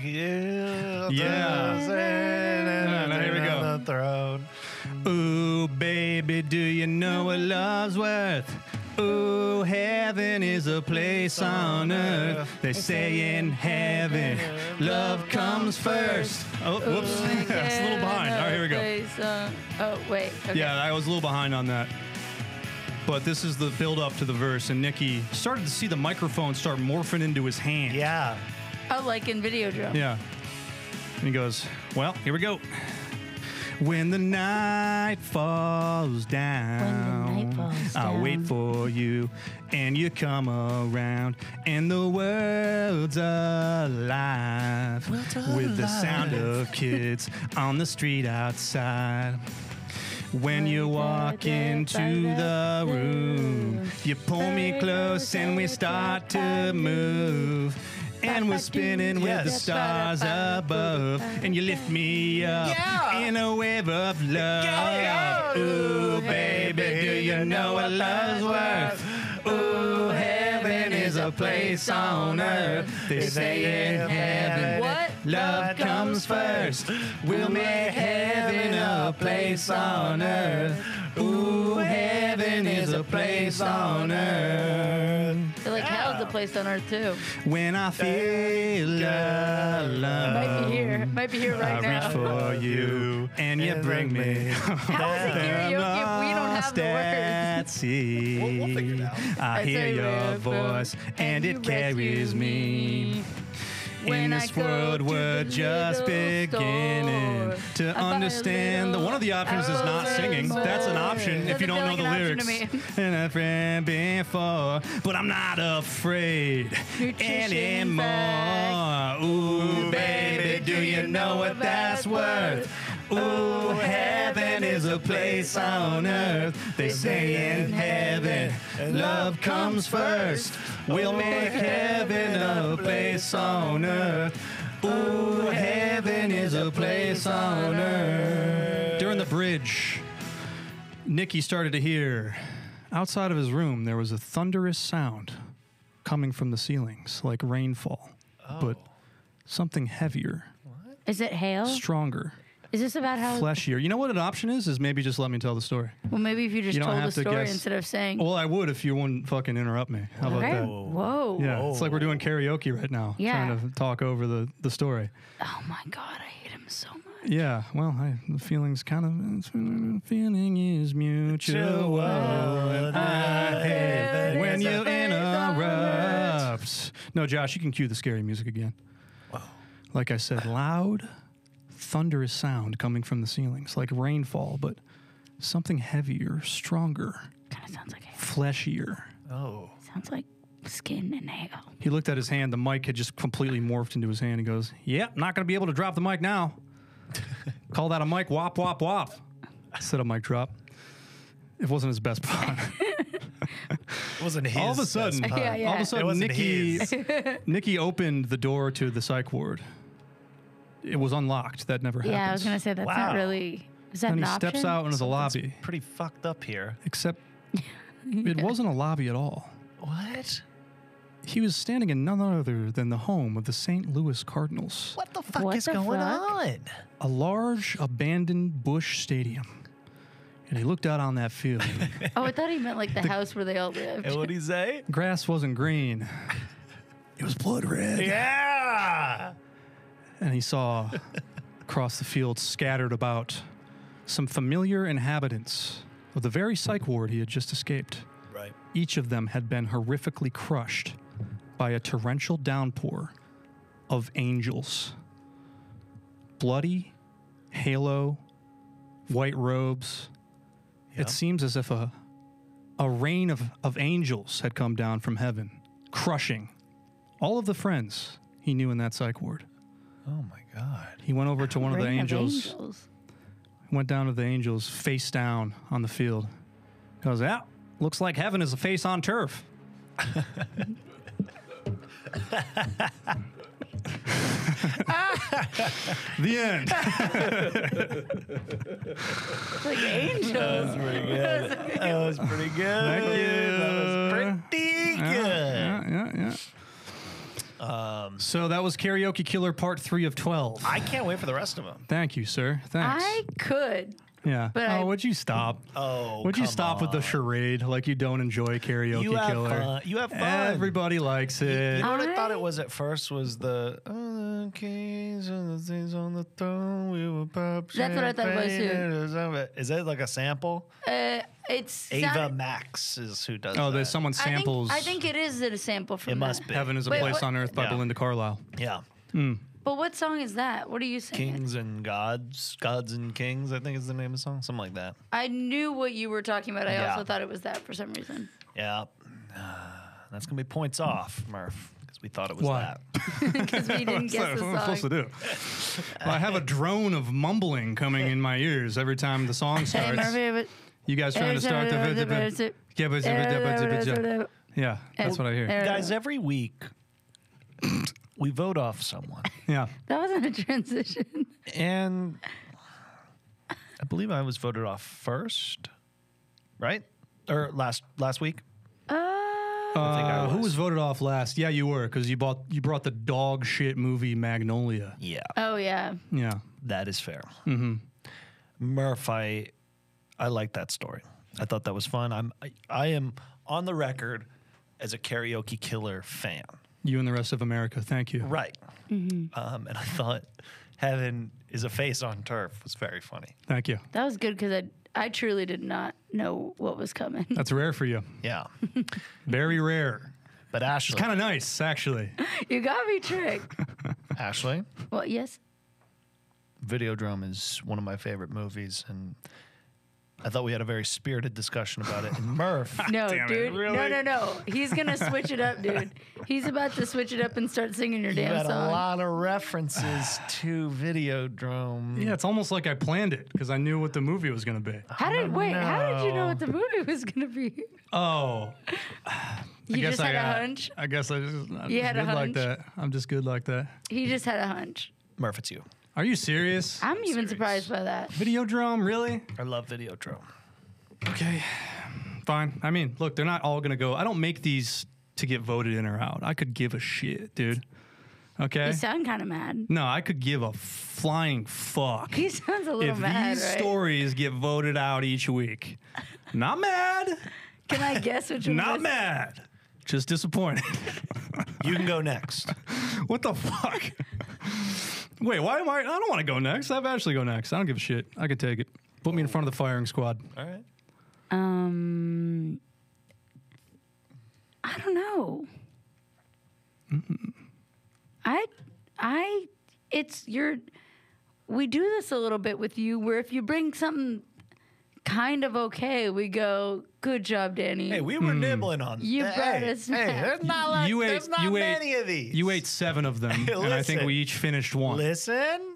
[SPEAKER 6] Yeah.
[SPEAKER 3] Yeah. No, no, here we go.
[SPEAKER 6] The throne.
[SPEAKER 3] Ooh, baby, do you know what love's worth? Ooh, heaven is a place on earth. They say in heaven, love comes first. Oh, whoops. *laughs* That's a little behind. All right, here we go.
[SPEAKER 2] Place, uh, oh, wait. Okay.
[SPEAKER 3] Yeah, I was a little behind on that. But this is the build up to the verse, and Nikki started to see the microphone start morphing into his hand.
[SPEAKER 6] Yeah.
[SPEAKER 2] Oh, like in video drum.
[SPEAKER 3] Yeah. And he goes, Well, here we go. When the night falls down,
[SPEAKER 2] night falls
[SPEAKER 3] I'll wait
[SPEAKER 2] down.
[SPEAKER 3] for you, and you come around, and the world's alive with the sound of kids on the street outside. When you walk into the room, you pull me close and we start to move. And we're spinning with the
[SPEAKER 6] Yes.
[SPEAKER 3] stars above. And you lift me up in a wave of love. Ooh, baby, do you know what love's worth? Ooh, heaven is a place on earth. They say in heaven.
[SPEAKER 2] What?
[SPEAKER 3] Love comes first. We'll make heaven a place on earth. Ooh, heaven is a place on earth.
[SPEAKER 2] They're like hell's the place on earth too.
[SPEAKER 3] When I feel Um,
[SPEAKER 2] Might be
[SPEAKER 3] alone,
[SPEAKER 2] here. Might be here
[SPEAKER 3] I
[SPEAKER 2] right
[SPEAKER 3] reach
[SPEAKER 2] now.
[SPEAKER 3] for you and you
[SPEAKER 6] And
[SPEAKER 3] bring *laughs* me.
[SPEAKER 2] How is it karaoke if we don't have the *laughs* words?
[SPEAKER 3] At sea.
[SPEAKER 4] we'll figure it out.
[SPEAKER 3] I hear
[SPEAKER 2] say
[SPEAKER 3] your
[SPEAKER 2] river,
[SPEAKER 3] voice and
[SPEAKER 2] you
[SPEAKER 3] it carries
[SPEAKER 2] rescue
[SPEAKER 3] me. In
[SPEAKER 2] When I
[SPEAKER 3] this
[SPEAKER 2] go
[SPEAKER 3] world,
[SPEAKER 2] to
[SPEAKER 3] we're
[SPEAKER 2] the
[SPEAKER 3] just
[SPEAKER 2] little store,
[SPEAKER 3] beginning
[SPEAKER 2] I
[SPEAKER 3] to
[SPEAKER 2] buy a
[SPEAKER 3] understand. The,
[SPEAKER 2] little
[SPEAKER 3] one of the options is not
[SPEAKER 2] apple
[SPEAKER 3] singing. That's an
[SPEAKER 2] pie.
[SPEAKER 3] option if you
[SPEAKER 2] Doesn't
[SPEAKER 3] don't
[SPEAKER 2] feel
[SPEAKER 3] know the
[SPEAKER 2] like an
[SPEAKER 3] lyrics.
[SPEAKER 2] option to *laughs*
[SPEAKER 3] And a friend before, but I'm not afraid
[SPEAKER 2] Nutrition
[SPEAKER 3] anymore. Ooh, baby, do you know what that's worth? Ooh, heaven is a place on earth. They say in heaven, love comes first. We'll make heaven a place on earth. Ooh, heaven is a place on earth. During the bridge, Nicky started to hear outside of his room there was a thunderous sound coming from the ceilings, like rainfall, but
[SPEAKER 2] Oh.
[SPEAKER 3] something heavier,
[SPEAKER 2] Is it hail?
[SPEAKER 3] stronger,
[SPEAKER 2] Is this about how?
[SPEAKER 3] fleshier. You know what an option is? Is maybe just let me tell the story.
[SPEAKER 2] Well, maybe if you just
[SPEAKER 3] You don't
[SPEAKER 2] told the
[SPEAKER 3] have to
[SPEAKER 2] story
[SPEAKER 3] guess.
[SPEAKER 2] instead of saying.
[SPEAKER 3] Well, I would if you wouldn't fucking interrupt me. How about
[SPEAKER 2] okay.
[SPEAKER 3] that?
[SPEAKER 2] Whoa.
[SPEAKER 3] Yeah, it's like we're doing karaoke right now,
[SPEAKER 2] Yeah.
[SPEAKER 3] trying to talk over the, the story.
[SPEAKER 2] Oh my God, I hate him so much.
[SPEAKER 3] Yeah, well, I, the feeling's kind of feeling is mutual. and I hate when you interrupt. No, Josh, you can cue the scary music again. Like I said, loud, thunderous sound coming from the ceilings, like rainfall, but something heavier, stronger,
[SPEAKER 2] Kind of sounds like hail.
[SPEAKER 3] fleshier.
[SPEAKER 4] Oh.
[SPEAKER 2] Sounds like skin and hail.
[SPEAKER 3] He looked at his hand. The mic had just completely morphed into his hand. He goes, "Yep, not gonna be able to drop the mic
[SPEAKER 6] *laughs*
[SPEAKER 3] now. Call that a mic? Wop wop wop." I said a mic drop. It wasn't his best part.
[SPEAKER 6] It wasn't his.
[SPEAKER 3] all of a sudden,
[SPEAKER 6] best part.
[SPEAKER 2] Yeah, yeah.
[SPEAKER 3] all of a
[SPEAKER 6] It
[SPEAKER 3] sudden,
[SPEAKER 6] wasn't
[SPEAKER 3] Nikki,
[SPEAKER 2] *laughs*
[SPEAKER 3] Nikki opened the door to the psych ward. It was unlocked. That never happened.
[SPEAKER 2] Yeah, I was gonna say that's
[SPEAKER 6] Wow.
[SPEAKER 2] not really. Is that
[SPEAKER 3] And
[SPEAKER 2] an
[SPEAKER 3] he
[SPEAKER 2] option?
[SPEAKER 3] steps out into the lobby.
[SPEAKER 6] Pretty fucked up here.
[SPEAKER 2] *laughs*
[SPEAKER 3] Except it wasn't a lobby at all.
[SPEAKER 6] What?
[SPEAKER 3] He was standing in none other than the home of the St. Louis Cardinals.
[SPEAKER 6] What the fuck
[SPEAKER 2] What
[SPEAKER 6] is
[SPEAKER 2] the
[SPEAKER 6] going
[SPEAKER 2] fuck?
[SPEAKER 6] on?
[SPEAKER 3] a large abandoned bush stadium. And he looked out on that field.
[SPEAKER 2] Oh, I thought he meant like the, house where they all lived.
[SPEAKER 6] what'd he say?
[SPEAKER 3] Grass wasn't green. It was blood red.
[SPEAKER 6] Yeah.
[SPEAKER 3] And he saw across the field scattered about some familiar inhabitants of the very psych ward he had just escaped.
[SPEAKER 6] Right.
[SPEAKER 3] Each of them had been horrifically crushed by a torrential downpour of angels. Bloody, halo, white robes. It seems as if a, a rain of, of angels had come down from heaven, crushing all of the friends he knew in that psych ward.
[SPEAKER 6] Oh my god.
[SPEAKER 3] He went over to one of the
[SPEAKER 2] Ring
[SPEAKER 3] angels,
[SPEAKER 2] angels.
[SPEAKER 3] went down to the angels face down on the field. Goes, yeah, looks like heaven is a face on turf. *laughs* The end. *laughs*
[SPEAKER 2] like angels.
[SPEAKER 6] That
[SPEAKER 3] Uh,
[SPEAKER 6] was pretty good. *laughs* That was pretty good.
[SPEAKER 3] yeah, yeah. Um, so that was Karaoke Killer Part 3 of 12.
[SPEAKER 6] I can't wait for the rest of them.
[SPEAKER 3] Thank you, sir. Thanks.
[SPEAKER 2] *laughs* I could.
[SPEAKER 3] yeah.
[SPEAKER 2] but
[SPEAKER 3] oh,
[SPEAKER 2] I-
[SPEAKER 3] would you stop?
[SPEAKER 6] Oh,
[SPEAKER 3] would you
[SPEAKER 6] come
[SPEAKER 3] stop with the
[SPEAKER 6] on.
[SPEAKER 3] charade like you don't enjoy Karaoke
[SPEAKER 6] You have
[SPEAKER 3] Killer?
[SPEAKER 6] fun. You have fun.
[SPEAKER 3] Everybody likes it.
[SPEAKER 6] You know what I thought
[SPEAKER 2] I-
[SPEAKER 6] it was at first was the "Oh, the kings and the things on the throne. We will pop
[SPEAKER 2] That's what I thought it was, too.
[SPEAKER 6] was too. Is that like a sample?
[SPEAKER 2] Uh, it's
[SPEAKER 6] Ava
[SPEAKER 2] sound-
[SPEAKER 6] Max is who does.
[SPEAKER 3] oh,
[SPEAKER 6] that.
[SPEAKER 3] there's someone
[SPEAKER 2] I
[SPEAKER 3] samples.
[SPEAKER 2] Think, I think it is a sample from.
[SPEAKER 6] It must
[SPEAKER 2] that.
[SPEAKER 6] be.
[SPEAKER 3] Heaven is a
[SPEAKER 2] Wait,
[SPEAKER 3] Place
[SPEAKER 2] what-
[SPEAKER 3] on Earth by
[SPEAKER 6] Yeah.
[SPEAKER 3] Belinda Carlisle.
[SPEAKER 6] Yeah,
[SPEAKER 2] But what song is that? What are you saying?
[SPEAKER 6] kings and gods, gods and kings. I think is the name of the song, something like that.
[SPEAKER 2] I knew what you were talking about. I
[SPEAKER 6] Yeah.
[SPEAKER 2] also thought it was that for some
[SPEAKER 3] *laughs*
[SPEAKER 2] reason.
[SPEAKER 6] Yeah, *sighs* that's gonna be points off, Murph, because we thought it was
[SPEAKER 3] Why?
[SPEAKER 6] that.
[SPEAKER 2] Because we didn't *laughs* guess
[SPEAKER 3] That's
[SPEAKER 2] the
[SPEAKER 3] what I'm supposed to
[SPEAKER 2] song.
[SPEAKER 3] do. *laughs* Well, I have a drone of mumbling coming in my ears every time the song
[SPEAKER 2] Hey,
[SPEAKER 3] starts.
[SPEAKER 2] Murphy, but-
[SPEAKER 3] you guys trying to start the
[SPEAKER 2] *laughs* That's
[SPEAKER 3] yeah, that's what I hear.
[SPEAKER 6] Guys, every week *coughs* we vote off someone,
[SPEAKER 3] Yeah,
[SPEAKER 2] That wasn't a transition. *laughs*
[SPEAKER 6] and I believe I was voted off first, right? Or last last week.
[SPEAKER 2] Oh,
[SPEAKER 6] think I
[SPEAKER 3] Uh, who
[SPEAKER 6] was.
[SPEAKER 3] was voted off last? Yeah, you were because you bought you brought the dog shit movie Magnolia.
[SPEAKER 6] Yeah,
[SPEAKER 2] Oh yeah.
[SPEAKER 3] Yeah,
[SPEAKER 6] that is fair. Mm-hmm. Murph, I I like that story. I thought that was fun. I'm I, I am on the record as a karaoke killer fan.
[SPEAKER 3] you and the rest of America. Thank you.
[SPEAKER 6] Right. Um, and I thought heaven is a face on turf was very funny.
[SPEAKER 3] Thank you.
[SPEAKER 2] That was good because I I truly did not know what was coming. *laughs*
[SPEAKER 3] That's rare for you.
[SPEAKER 6] Yeah.
[SPEAKER 3] Very rare.
[SPEAKER 6] But Ashley,
[SPEAKER 3] Kind of
[SPEAKER 2] *laughs*
[SPEAKER 3] nice, actually.
[SPEAKER 2] you got me tricked.
[SPEAKER 3] *laughs*
[SPEAKER 6] Ashley,
[SPEAKER 2] well, yes.
[SPEAKER 6] Videodrome is one of my favorite movies, and I thought we had a very spirited discussion about it.
[SPEAKER 3] *laughs*
[SPEAKER 6] And Murph,
[SPEAKER 2] No,
[SPEAKER 3] Damn it,
[SPEAKER 2] dude. No,
[SPEAKER 3] really?
[SPEAKER 2] no, no. He's gonna switch it up, dude. He's about to switch it up and start singing your
[SPEAKER 6] you
[SPEAKER 2] damn
[SPEAKER 6] had a
[SPEAKER 2] song.
[SPEAKER 6] lot of references to Videodrome.
[SPEAKER 3] Yeah, it's almost like I planned it because I knew what the movie was going to be.
[SPEAKER 2] How did wait? How did you know
[SPEAKER 6] No.
[SPEAKER 2] what the movie was gonna
[SPEAKER 3] *laughs*
[SPEAKER 2] be?
[SPEAKER 3] Oh,
[SPEAKER 2] You just had a hunch.
[SPEAKER 3] I guess I just. I'm
[SPEAKER 2] You
[SPEAKER 3] just
[SPEAKER 2] had a
[SPEAKER 3] good
[SPEAKER 2] hunch?
[SPEAKER 3] like that. I'm just good like that.
[SPEAKER 2] He just had a hunch.
[SPEAKER 6] Murph, it's you.
[SPEAKER 3] Are you serious?
[SPEAKER 2] I'm even surprised by that.
[SPEAKER 3] Video Videodrome, really?
[SPEAKER 6] I love Videodrome.
[SPEAKER 3] Okay, fine. I mean, look, they're not all gonna go. I don't make these to get voted in or out. I could give a shit, dude. Okay.
[SPEAKER 2] You sound kind of mad.
[SPEAKER 3] No, I could give a flying fuck.
[SPEAKER 2] He sounds a little
[SPEAKER 3] if
[SPEAKER 2] mad,
[SPEAKER 3] these
[SPEAKER 2] right?
[SPEAKER 3] stories get voted out each week, not
[SPEAKER 2] *laughs*
[SPEAKER 3] mad,
[SPEAKER 2] Can I guess which one?
[SPEAKER 3] *laughs* not
[SPEAKER 2] was-
[SPEAKER 3] mad, just disappointed.
[SPEAKER 6] You can go next.
[SPEAKER 3] what the fuck? *laughs* Wait, why am I? I don't want to go next. I've actually go next. I don't give a shit. I can take it. Put me in front of the firing squad.
[SPEAKER 6] All right.
[SPEAKER 2] Um, I don't know. I, I, it's your. We do this a little bit with you, where if you bring something kind of okay, we go, "Good job, Danny."
[SPEAKER 6] Hey, we were nibbling on.
[SPEAKER 2] You
[SPEAKER 6] hey,
[SPEAKER 2] brought us
[SPEAKER 6] Hey,
[SPEAKER 2] back.
[SPEAKER 6] there's not like
[SPEAKER 3] you
[SPEAKER 6] there's
[SPEAKER 3] ate-
[SPEAKER 6] not
[SPEAKER 3] you ate-
[SPEAKER 6] many of these.
[SPEAKER 3] You ate seven of them, and I think
[SPEAKER 6] Listen.
[SPEAKER 3] we each finished one.
[SPEAKER 6] Listen.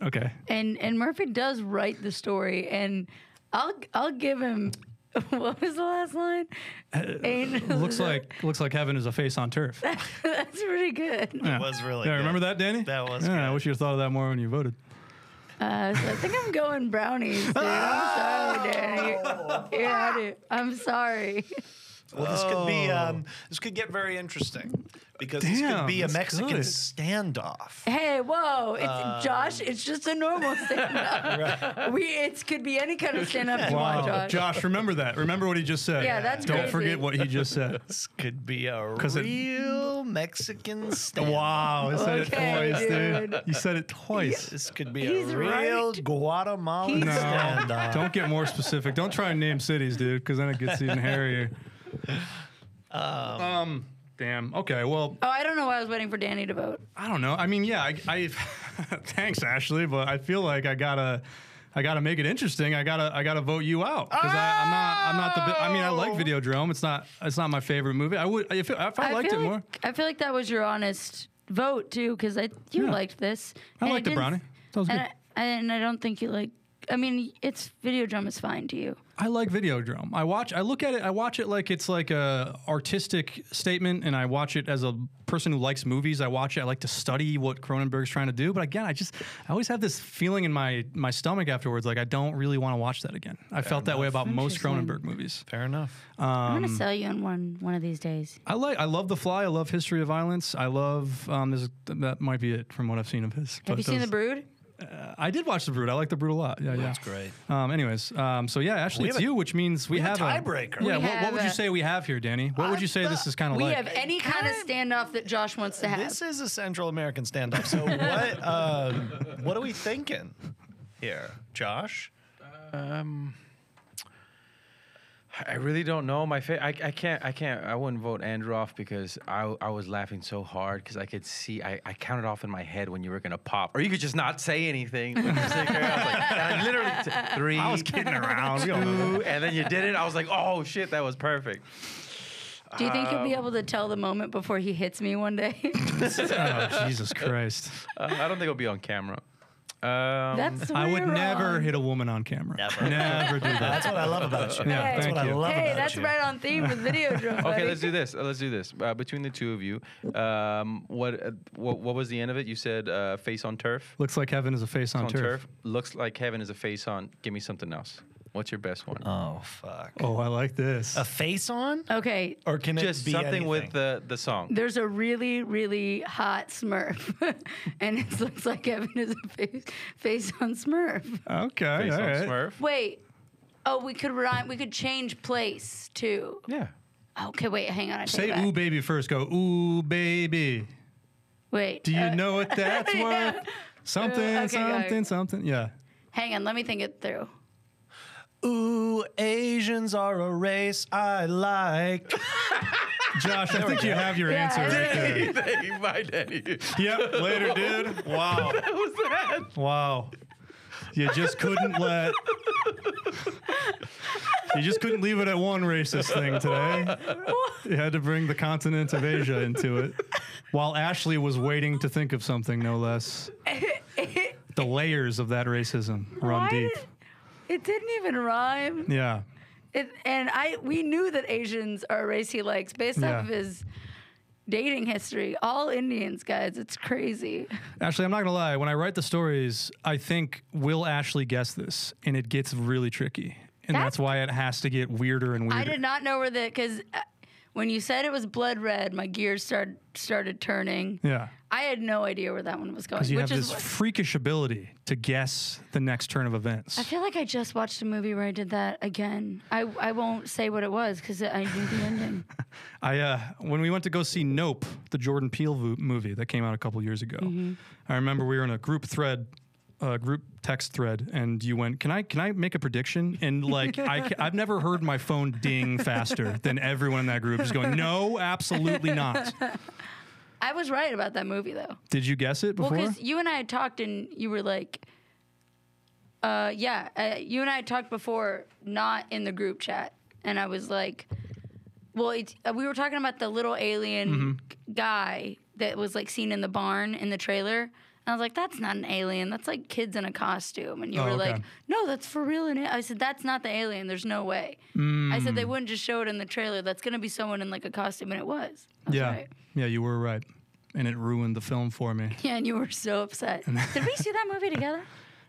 [SPEAKER 3] Okay.
[SPEAKER 2] and and Murphy does write the story, and I'll I'll give him. *laughs* What was the last line? Ain't-
[SPEAKER 3] Looks like looks like heaven is a face on turf. Yeah,
[SPEAKER 2] *laughs* that's pretty good.
[SPEAKER 6] It was really. good.
[SPEAKER 3] remember that, Danny?
[SPEAKER 6] That was
[SPEAKER 3] Yeah, I
[SPEAKER 6] good.
[SPEAKER 3] wish you had thought of that more when you voted.
[SPEAKER 2] Uh, so I think I'm going brownies, dude. I'm sorry, Danny. Yeah, I do. I'm sorry.
[SPEAKER 6] Well, this could be um, this could get very interesting because this could
[SPEAKER 3] Damn,
[SPEAKER 6] be a
[SPEAKER 3] this
[SPEAKER 6] Mexican
[SPEAKER 3] could.
[SPEAKER 6] standoff.
[SPEAKER 2] Hey, whoa! It's
[SPEAKER 3] Uh,
[SPEAKER 2] Josh. It's just a normal stand-up. We it could be any kind of stand-up you want, Josh.
[SPEAKER 3] Josh, remember that. Remember what he just said.
[SPEAKER 2] Yeah, that's
[SPEAKER 3] Don't
[SPEAKER 2] crazy.
[SPEAKER 3] forget what he just said.
[SPEAKER 6] This could be a
[SPEAKER 3] 'Cause it-
[SPEAKER 6] real Mexican standoff.
[SPEAKER 3] wow, I
[SPEAKER 2] Okay,
[SPEAKER 3] said it twice, dude.
[SPEAKER 2] dude.
[SPEAKER 3] You said it
[SPEAKER 6] *laughs*
[SPEAKER 3] twice.
[SPEAKER 6] This could be
[SPEAKER 2] He's
[SPEAKER 6] a real
[SPEAKER 2] right.
[SPEAKER 6] Guatemalan
[SPEAKER 2] He's- No.
[SPEAKER 6] standoff.
[SPEAKER 3] Don't get more specific. Don't try and name cities, dude, because then it gets even hairier. Um, damn. Okay, well,
[SPEAKER 2] Oh, I don't know why I was waiting for Danny to vote.
[SPEAKER 3] I don't know. I mean, yeah, I, I *laughs* thanks Ashley, but I feel like I gotta, I gotta make it interesting. I gotta, I gotta vote you out because I'm not, I'm not the. bi- I mean, I like Videodrome. It's not, it's not my favorite movie. I would, if, if I, liked it
[SPEAKER 2] feel like,
[SPEAKER 3] more,
[SPEAKER 2] I feel like that was your honest vote too, because I you
[SPEAKER 3] Yeah.
[SPEAKER 2] liked this.
[SPEAKER 3] I
[SPEAKER 2] And
[SPEAKER 3] liked
[SPEAKER 2] it
[SPEAKER 3] the
[SPEAKER 2] didn't-
[SPEAKER 3] brownie. That was
[SPEAKER 2] and
[SPEAKER 3] good.
[SPEAKER 2] I, and I don't think you like. I mean, it's video drum is fine to you.
[SPEAKER 3] I like Videodrome. I watch. I look at it. I watch it like it's like a artistic statement, and I watch it as a person who likes movies. I watch it. I like to study what Cronenberg's trying to do. But again, I just I always have this feeling in my my stomach afterwards, like I don't really want to watch that again. I felt that way about most
[SPEAKER 2] Interesting.
[SPEAKER 3] Cronenberg movies.
[SPEAKER 6] Fair enough.
[SPEAKER 2] I'm
[SPEAKER 3] Um,
[SPEAKER 2] gonna sell you on one one of these days.
[SPEAKER 3] I like. I love The Fly. I love History of Violence. I love. Um, this, that might be it from what I've seen of his.
[SPEAKER 2] Have
[SPEAKER 3] but
[SPEAKER 2] you seen The
[SPEAKER 3] those-
[SPEAKER 2] Brood?
[SPEAKER 3] I did watch The Brood. I like The Brood a lot. Yeah, yeah. That's
[SPEAKER 6] great.
[SPEAKER 3] Um, anyways, um, so yeah, actually,
[SPEAKER 6] We
[SPEAKER 3] it's
[SPEAKER 6] have a-
[SPEAKER 3] you, which means we,
[SPEAKER 6] have
[SPEAKER 3] have,
[SPEAKER 6] a
[SPEAKER 3] a
[SPEAKER 6] tiebreaker.
[SPEAKER 3] Yeah.
[SPEAKER 2] We
[SPEAKER 3] what, what
[SPEAKER 2] have
[SPEAKER 3] would you
[SPEAKER 2] a-
[SPEAKER 3] say we have here, Danny? What would you say this is kind of
[SPEAKER 2] We
[SPEAKER 3] like?
[SPEAKER 2] have any kind of standoff that Josh wants to have.
[SPEAKER 6] This is a Central American stand-up. So what? Um, what are we thinking here, Josh?
[SPEAKER 5] I really don't know. My fa- I, I can't I can't I wouldn't vote Andrew off because I I was laughing so hard because I could see I, I counted off in my head when you were gonna pop or you could just not say anything. But you just like, I, was like, and I literally t- three. I was kidding around. Two, and then you did it. I was like, oh shit, that was perfect.
[SPEAKER 2] Do you think you'll be able to tell the moment before he hits me one day? *laughs*
[SPEAKER 3] *laughs* oh, Jesus Christ!
[SPEAKER 5] Uh, I don't think it'll be on camera. Um,
[SPEAKER 2] That's
[SPEAKER 3] I would
[SPEAKER 2] where we're
[SPEAKER 3] never
[SPEAKER 2] on.
[SPEAKER 3] hit a woman on camera. Never, do that.
[SPEAKER 6] That's what I love
[SPEAKER 3] *laughs*
[SPEAKER 6] about you.
[SPEAKER 3] Yeah,
[SPEAKER 6] that's
[SPEAKER 3] thank
[SPEAKER 6] what I
[SPEAKER 3] you.
[SPEAKER 6] love
[SPEAKER 2] Hey,
[SPEAKER 6] about
[SPEAKER 2] that's
[SPEAKER 6] you.
[SPEAKER 2] right on theme with video drum.
[SPEAKER 5] Okay, let's do this. Uh, Let's do this. Uh, between the two of you, um, what, uh, what what was the end of it? You said uh, face on turf.
[SPEAKER 3] Looks like heaven is a face on,
[SPEAKER 5] on turf. Looks like heaven is a face on. Give me something else. What's your best one?
[SPEAKER 6] Oh fuck.
[SPEAKER 3] Oh, I like this.
[SPEAKER 6] A face on?
[SPEAKER 2] Okay,
[SPEAKER 6] Or can it
[SPEAKER 5] Just
[SPEAKER 6] be
[SPEAKER 5] something with
[SPEAKER 6] anything?
[SPEAKER 5] the the song.
[SPEAKER 2] there's a really, really hot Smurf, *laughs* and it looks like Evan is a face, face on Smurf.
[SPEAKER 3] okay,
[SPEAKER 5] Face
[SPEAKER 3] all
[SPEAKER 5] on
[SPEAKER 3] right.
[SPEAKER 5] Smurf.
[SPEAKER 2] Wait, oh, we could rhyme. We could change place too.
[SPEAKER 5] Yeah.
[SPEAKER 2] Okay, wait, hang on. I take
[SPEAKER 3] Say
[SPEAKER 2] it back.
[SPEAKER 3] ooh baby first. Go ooh baby.
[SPEAKER 2] Wait,
[SPEAKER 3] Do you
[SPEAKER 2] uh,
[SPEAKER 3] know what that's
[SPEAKER 2] yeah.
[SPEAKER 3] worth? Something,
[SPEAKER 2] Uh, okay,
[SPEAKER 3] something,
[SPEAKER 2] go.
[SPEAKER 3] something. Yeah.
[SPEAKER 2] Hang on, let me think it through.
[SPEAKER 6] Ooh, Asians are a race I like.
[SPEAKER 3] Josh, I think you have your
[SPEAKER 2] Yeah.
[SPEAKER 3] answer right there.
[SPEAKER 5] my daddy.
[SPEAKER 3] Yep, later,
[SPEAKER 2] *laughs*
[SPEAKER 3] dude. Wow. That was that. Wow. You just couldn't let. You just couldn't leave it at one racist thing today. You had to bring the continent of Asia into it. While Ashley was waiting to think of something, no less. The layers of that racism run
[SPEAKER 2] Why
[SPEAKER 3] deep.
[SPEAKER 2] did- It didn't even rhyme.
[SPEAKER 3] Yeah.
[SPEAKER 2] It, and I we knew that Asians are a race he likes based
[SPEAKER 3] Yeah.
[SPEAKER 2] off of his dating history. All Indians, guys, it's crazy.
[SPEAKER 3] Ashley, I'm not gonna lie. When I write the stories, I think will Ashley guess this, and it gets really tricky, and that's,
[SPEAKER 2] That's-
[SPEAKER 3] why it has to get weirder and weirder.
[SPEAKER 2] I did not know where the because when you said it was blood red, my gears started started turning.
[SPEAKER 3] Yeah,
[SPEAKER 2] I had no idea where that one was going,
[SPEAKER 3] because you
[SPEAKER 2] which
[SPEAKER 3] have
[SPEAKER 2] is.
[SPEAKER 3] this
[SPEAKER 2] what-
[SPEAKER 3] freakish ability to guess the next turn of events.
[SPEAKER 2] I feel like I just watched a movie where I did that again. I, I won't say what it was because I knew the
[SPEAKER 3] *laughs*
[SPEAKER 2] ending.
[SPEAKER 3] I uh, when we went to go see Nope, the Jordan Peele vo- movie that came out a couple years ago.
[SPEAKER 2] Mm-hmm.
[SPEAKER 3] I remember we were in a group thread, uh, group text thread, and you went, "Can I can I make a prediction?" And like I have never heard my phone ding faster than everyone in that group is going, "No, absolutely not."
[SPEAKER 2] I was right about that movie though.
[SPEAKER 3] Did you guess it
[SPEAKER 2] Well,
[SPEAKER 3] before?
[SPEAKER 2] because you and I had talked, and you were like, uh, "Yeah, uh, you and I had talked before, not in the group chat." And I was like, "Well, it's, uh, we were talking about the little alien
[SPEAKER 3] Mm-hmm.
[SPEAKER 2] g- guy that was like seen in the barn in the trailer." And I was like, "That's not an alien. That's like kids in a costume." And you
[SPEAKER 3] Oh,
[SPEAKER 2] were
[SPEAKER 3] okay.
[SPEAKER 2] like, "No, that's for real." And I said, "That's not the alien. There's no way." I said, "They
[SPEAKER 3] Mm.
[SPEAKER 2] wouldn't just show it in the trailer. That's gonna be someone in like a costume." And it was. I was
[SPEAKER 3] yeah,
[SPEAKER 2] right.
[SPEAKER 3] yeah, you were right, and it ruined the film for me.
[SPEAKER 2] Yeah, and you were so upset. Did we see that movie together?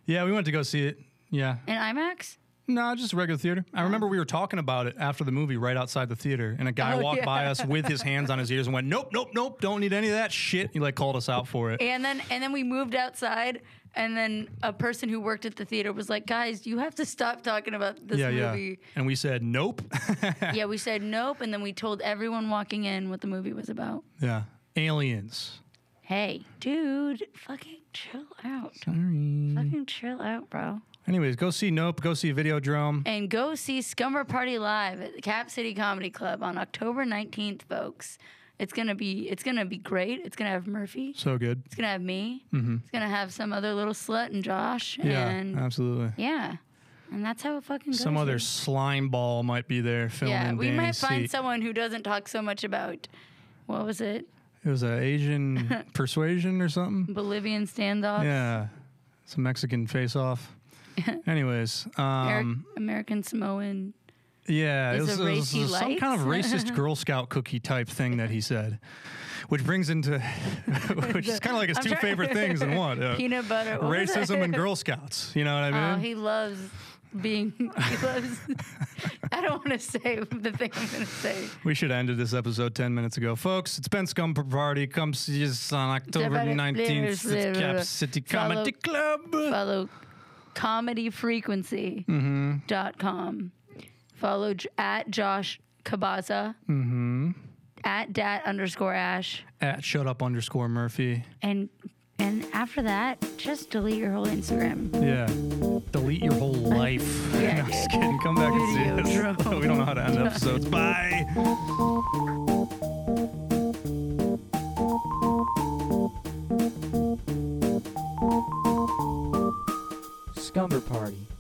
[SPEAKER 3] Yeah, we went to go see it. Yeah,
[SPEAKER 2] In IMAX?
[SPEAKER 3] No, just regular theater. I remember we were talking about it after the movie right outside the theater, and a guy
[SPEAKER 2] Oh,
[SPEAKER 3] walked
[SPEAKER 2] yeah.
[SPEAKER 3] by us with his hands on his ears and went, Nope, nope, nope, don't need any of that shit. He like called us out for it.
[SPEAKER 2] And then and then we moved outside and then a person who worked at the theater was like, "Guys, you have to stop talking about this
[SPEAKER 3] yeah, yeah. *laughs*
[SPEAKER 2] movie."
[SPEAKER 3] And we said, Nope. *laughs*
[SPEAKER 2] Yeah. we said nope and then we told everyone walking in what the movie was about.
[SPEAKER 3] yeah. Aliens.
[SPEAKER 2] Hey, dude, fucking chill out. Fucking chill out, bro.
[SPEAKER 3] Anyways, go see Nope, go see Videodrome.
[SPEAKER 2] And go see Scummer Party live at the Cap City Comedy Club on October 19th, folks. It's going to be it's going to be great. It's going to have Murphy.
[SPEAKER 3] So good.
[SPEAKER 2] It's going to have me. It's going to have some other little slut and Josh
[SPEAKER 3] Mm-hmm. Yeah,
[SPEAKER 2] and
[SPEAKER 3] absolutely.
[SPEAKER 2] Yeah. And that's how it fucking goes.
[SPEAKER 3] Some other
[SPEAKER 2] here.
[SPEAKER 3] slime ball might be there filming.
[SPEAKER 2] Yeah, we
[SPEAKER 3] Danny's
[SPEAKER 2] might find
[SPEAKER 3] seat.
[SPEAKER 2] someone who doesn't talk so much about what was it?
[SPEAKER 3] It was
[SPEAKER 2] *laughs*
[SPEAKER 3] an Asian persuasion or something.
[SPEAKER 2] Bolivian standoff. *laughs*
[SPEAKER 3] Yeah. Some Mexican face off. Anyways, um,
[SPEAKER 2] Ameri- American Samoan.
[SPEAKER 3] yeah, it
[SPEAKER 2] Is
[SPEAKER 3] was,
[SPEAKER 2] a
[SPEAKER 3] it was
[SPEAKER 2] race he
[SPEAKER 3] some kind of
[SPEAKER 2] likes? *laughs*
[SPEAKER 3] racist Girl Scout cookie type thing that he said, which brings into, *laughs* which is kind of like his
[SPEAKER 2] I'm
[SPEAKER 3] two
[SPEAKER 2] trying-
[SPEAKER 3] favorite things in one: uh,
[SPEAKER 2] Peanut butter. what was that? *laughs*
[SPEAKER 3] racism and Girl Scouts. You know what I
[SPEAKER 2] Oh,
[SPEAKER 3] mean?
[SPEAKER 2] he loves being. *laughs* He
[SPEAKER 3] *laughs*
[SPEAKER 2] loves. I don't want to say the thing I'm going to say.
[SPEAKER 3] we should have ended this episode ten minutes ago, folks. It's been Scum Party. Come see us on October
[SPEAKER 2] Definitely.
[SPEAKER 3] nineteenth at Cap City
[SPEAKER 2] Follow-
[SPEAKER 3] Comedy Club.
[SPEAKER 2] Follow comedyfrequency.com.
[SPEAKER 3] Mm-hmm.
[SPEAKER 2] dot com. Follow J- at Josh Kabaza. Mm-hmm. At dat underscore ash.
[SPEAKER 3] At shut up underscore Murphy.
[SPEAKER 2] And and after that, just delete your whole Instagram.
[SPEAKER 3] Yeah. Delete your whole life.
[SPEAKER 2] Yeah.
[SPEAKER 3] *laughs* No, just kidding. Come back and see us. *laughs* we don't know how to
[SPEAKER 2] *laughs*
[SPEAKER 3] end episodes. Bye.
[SPEAKER 1] Scumber Party.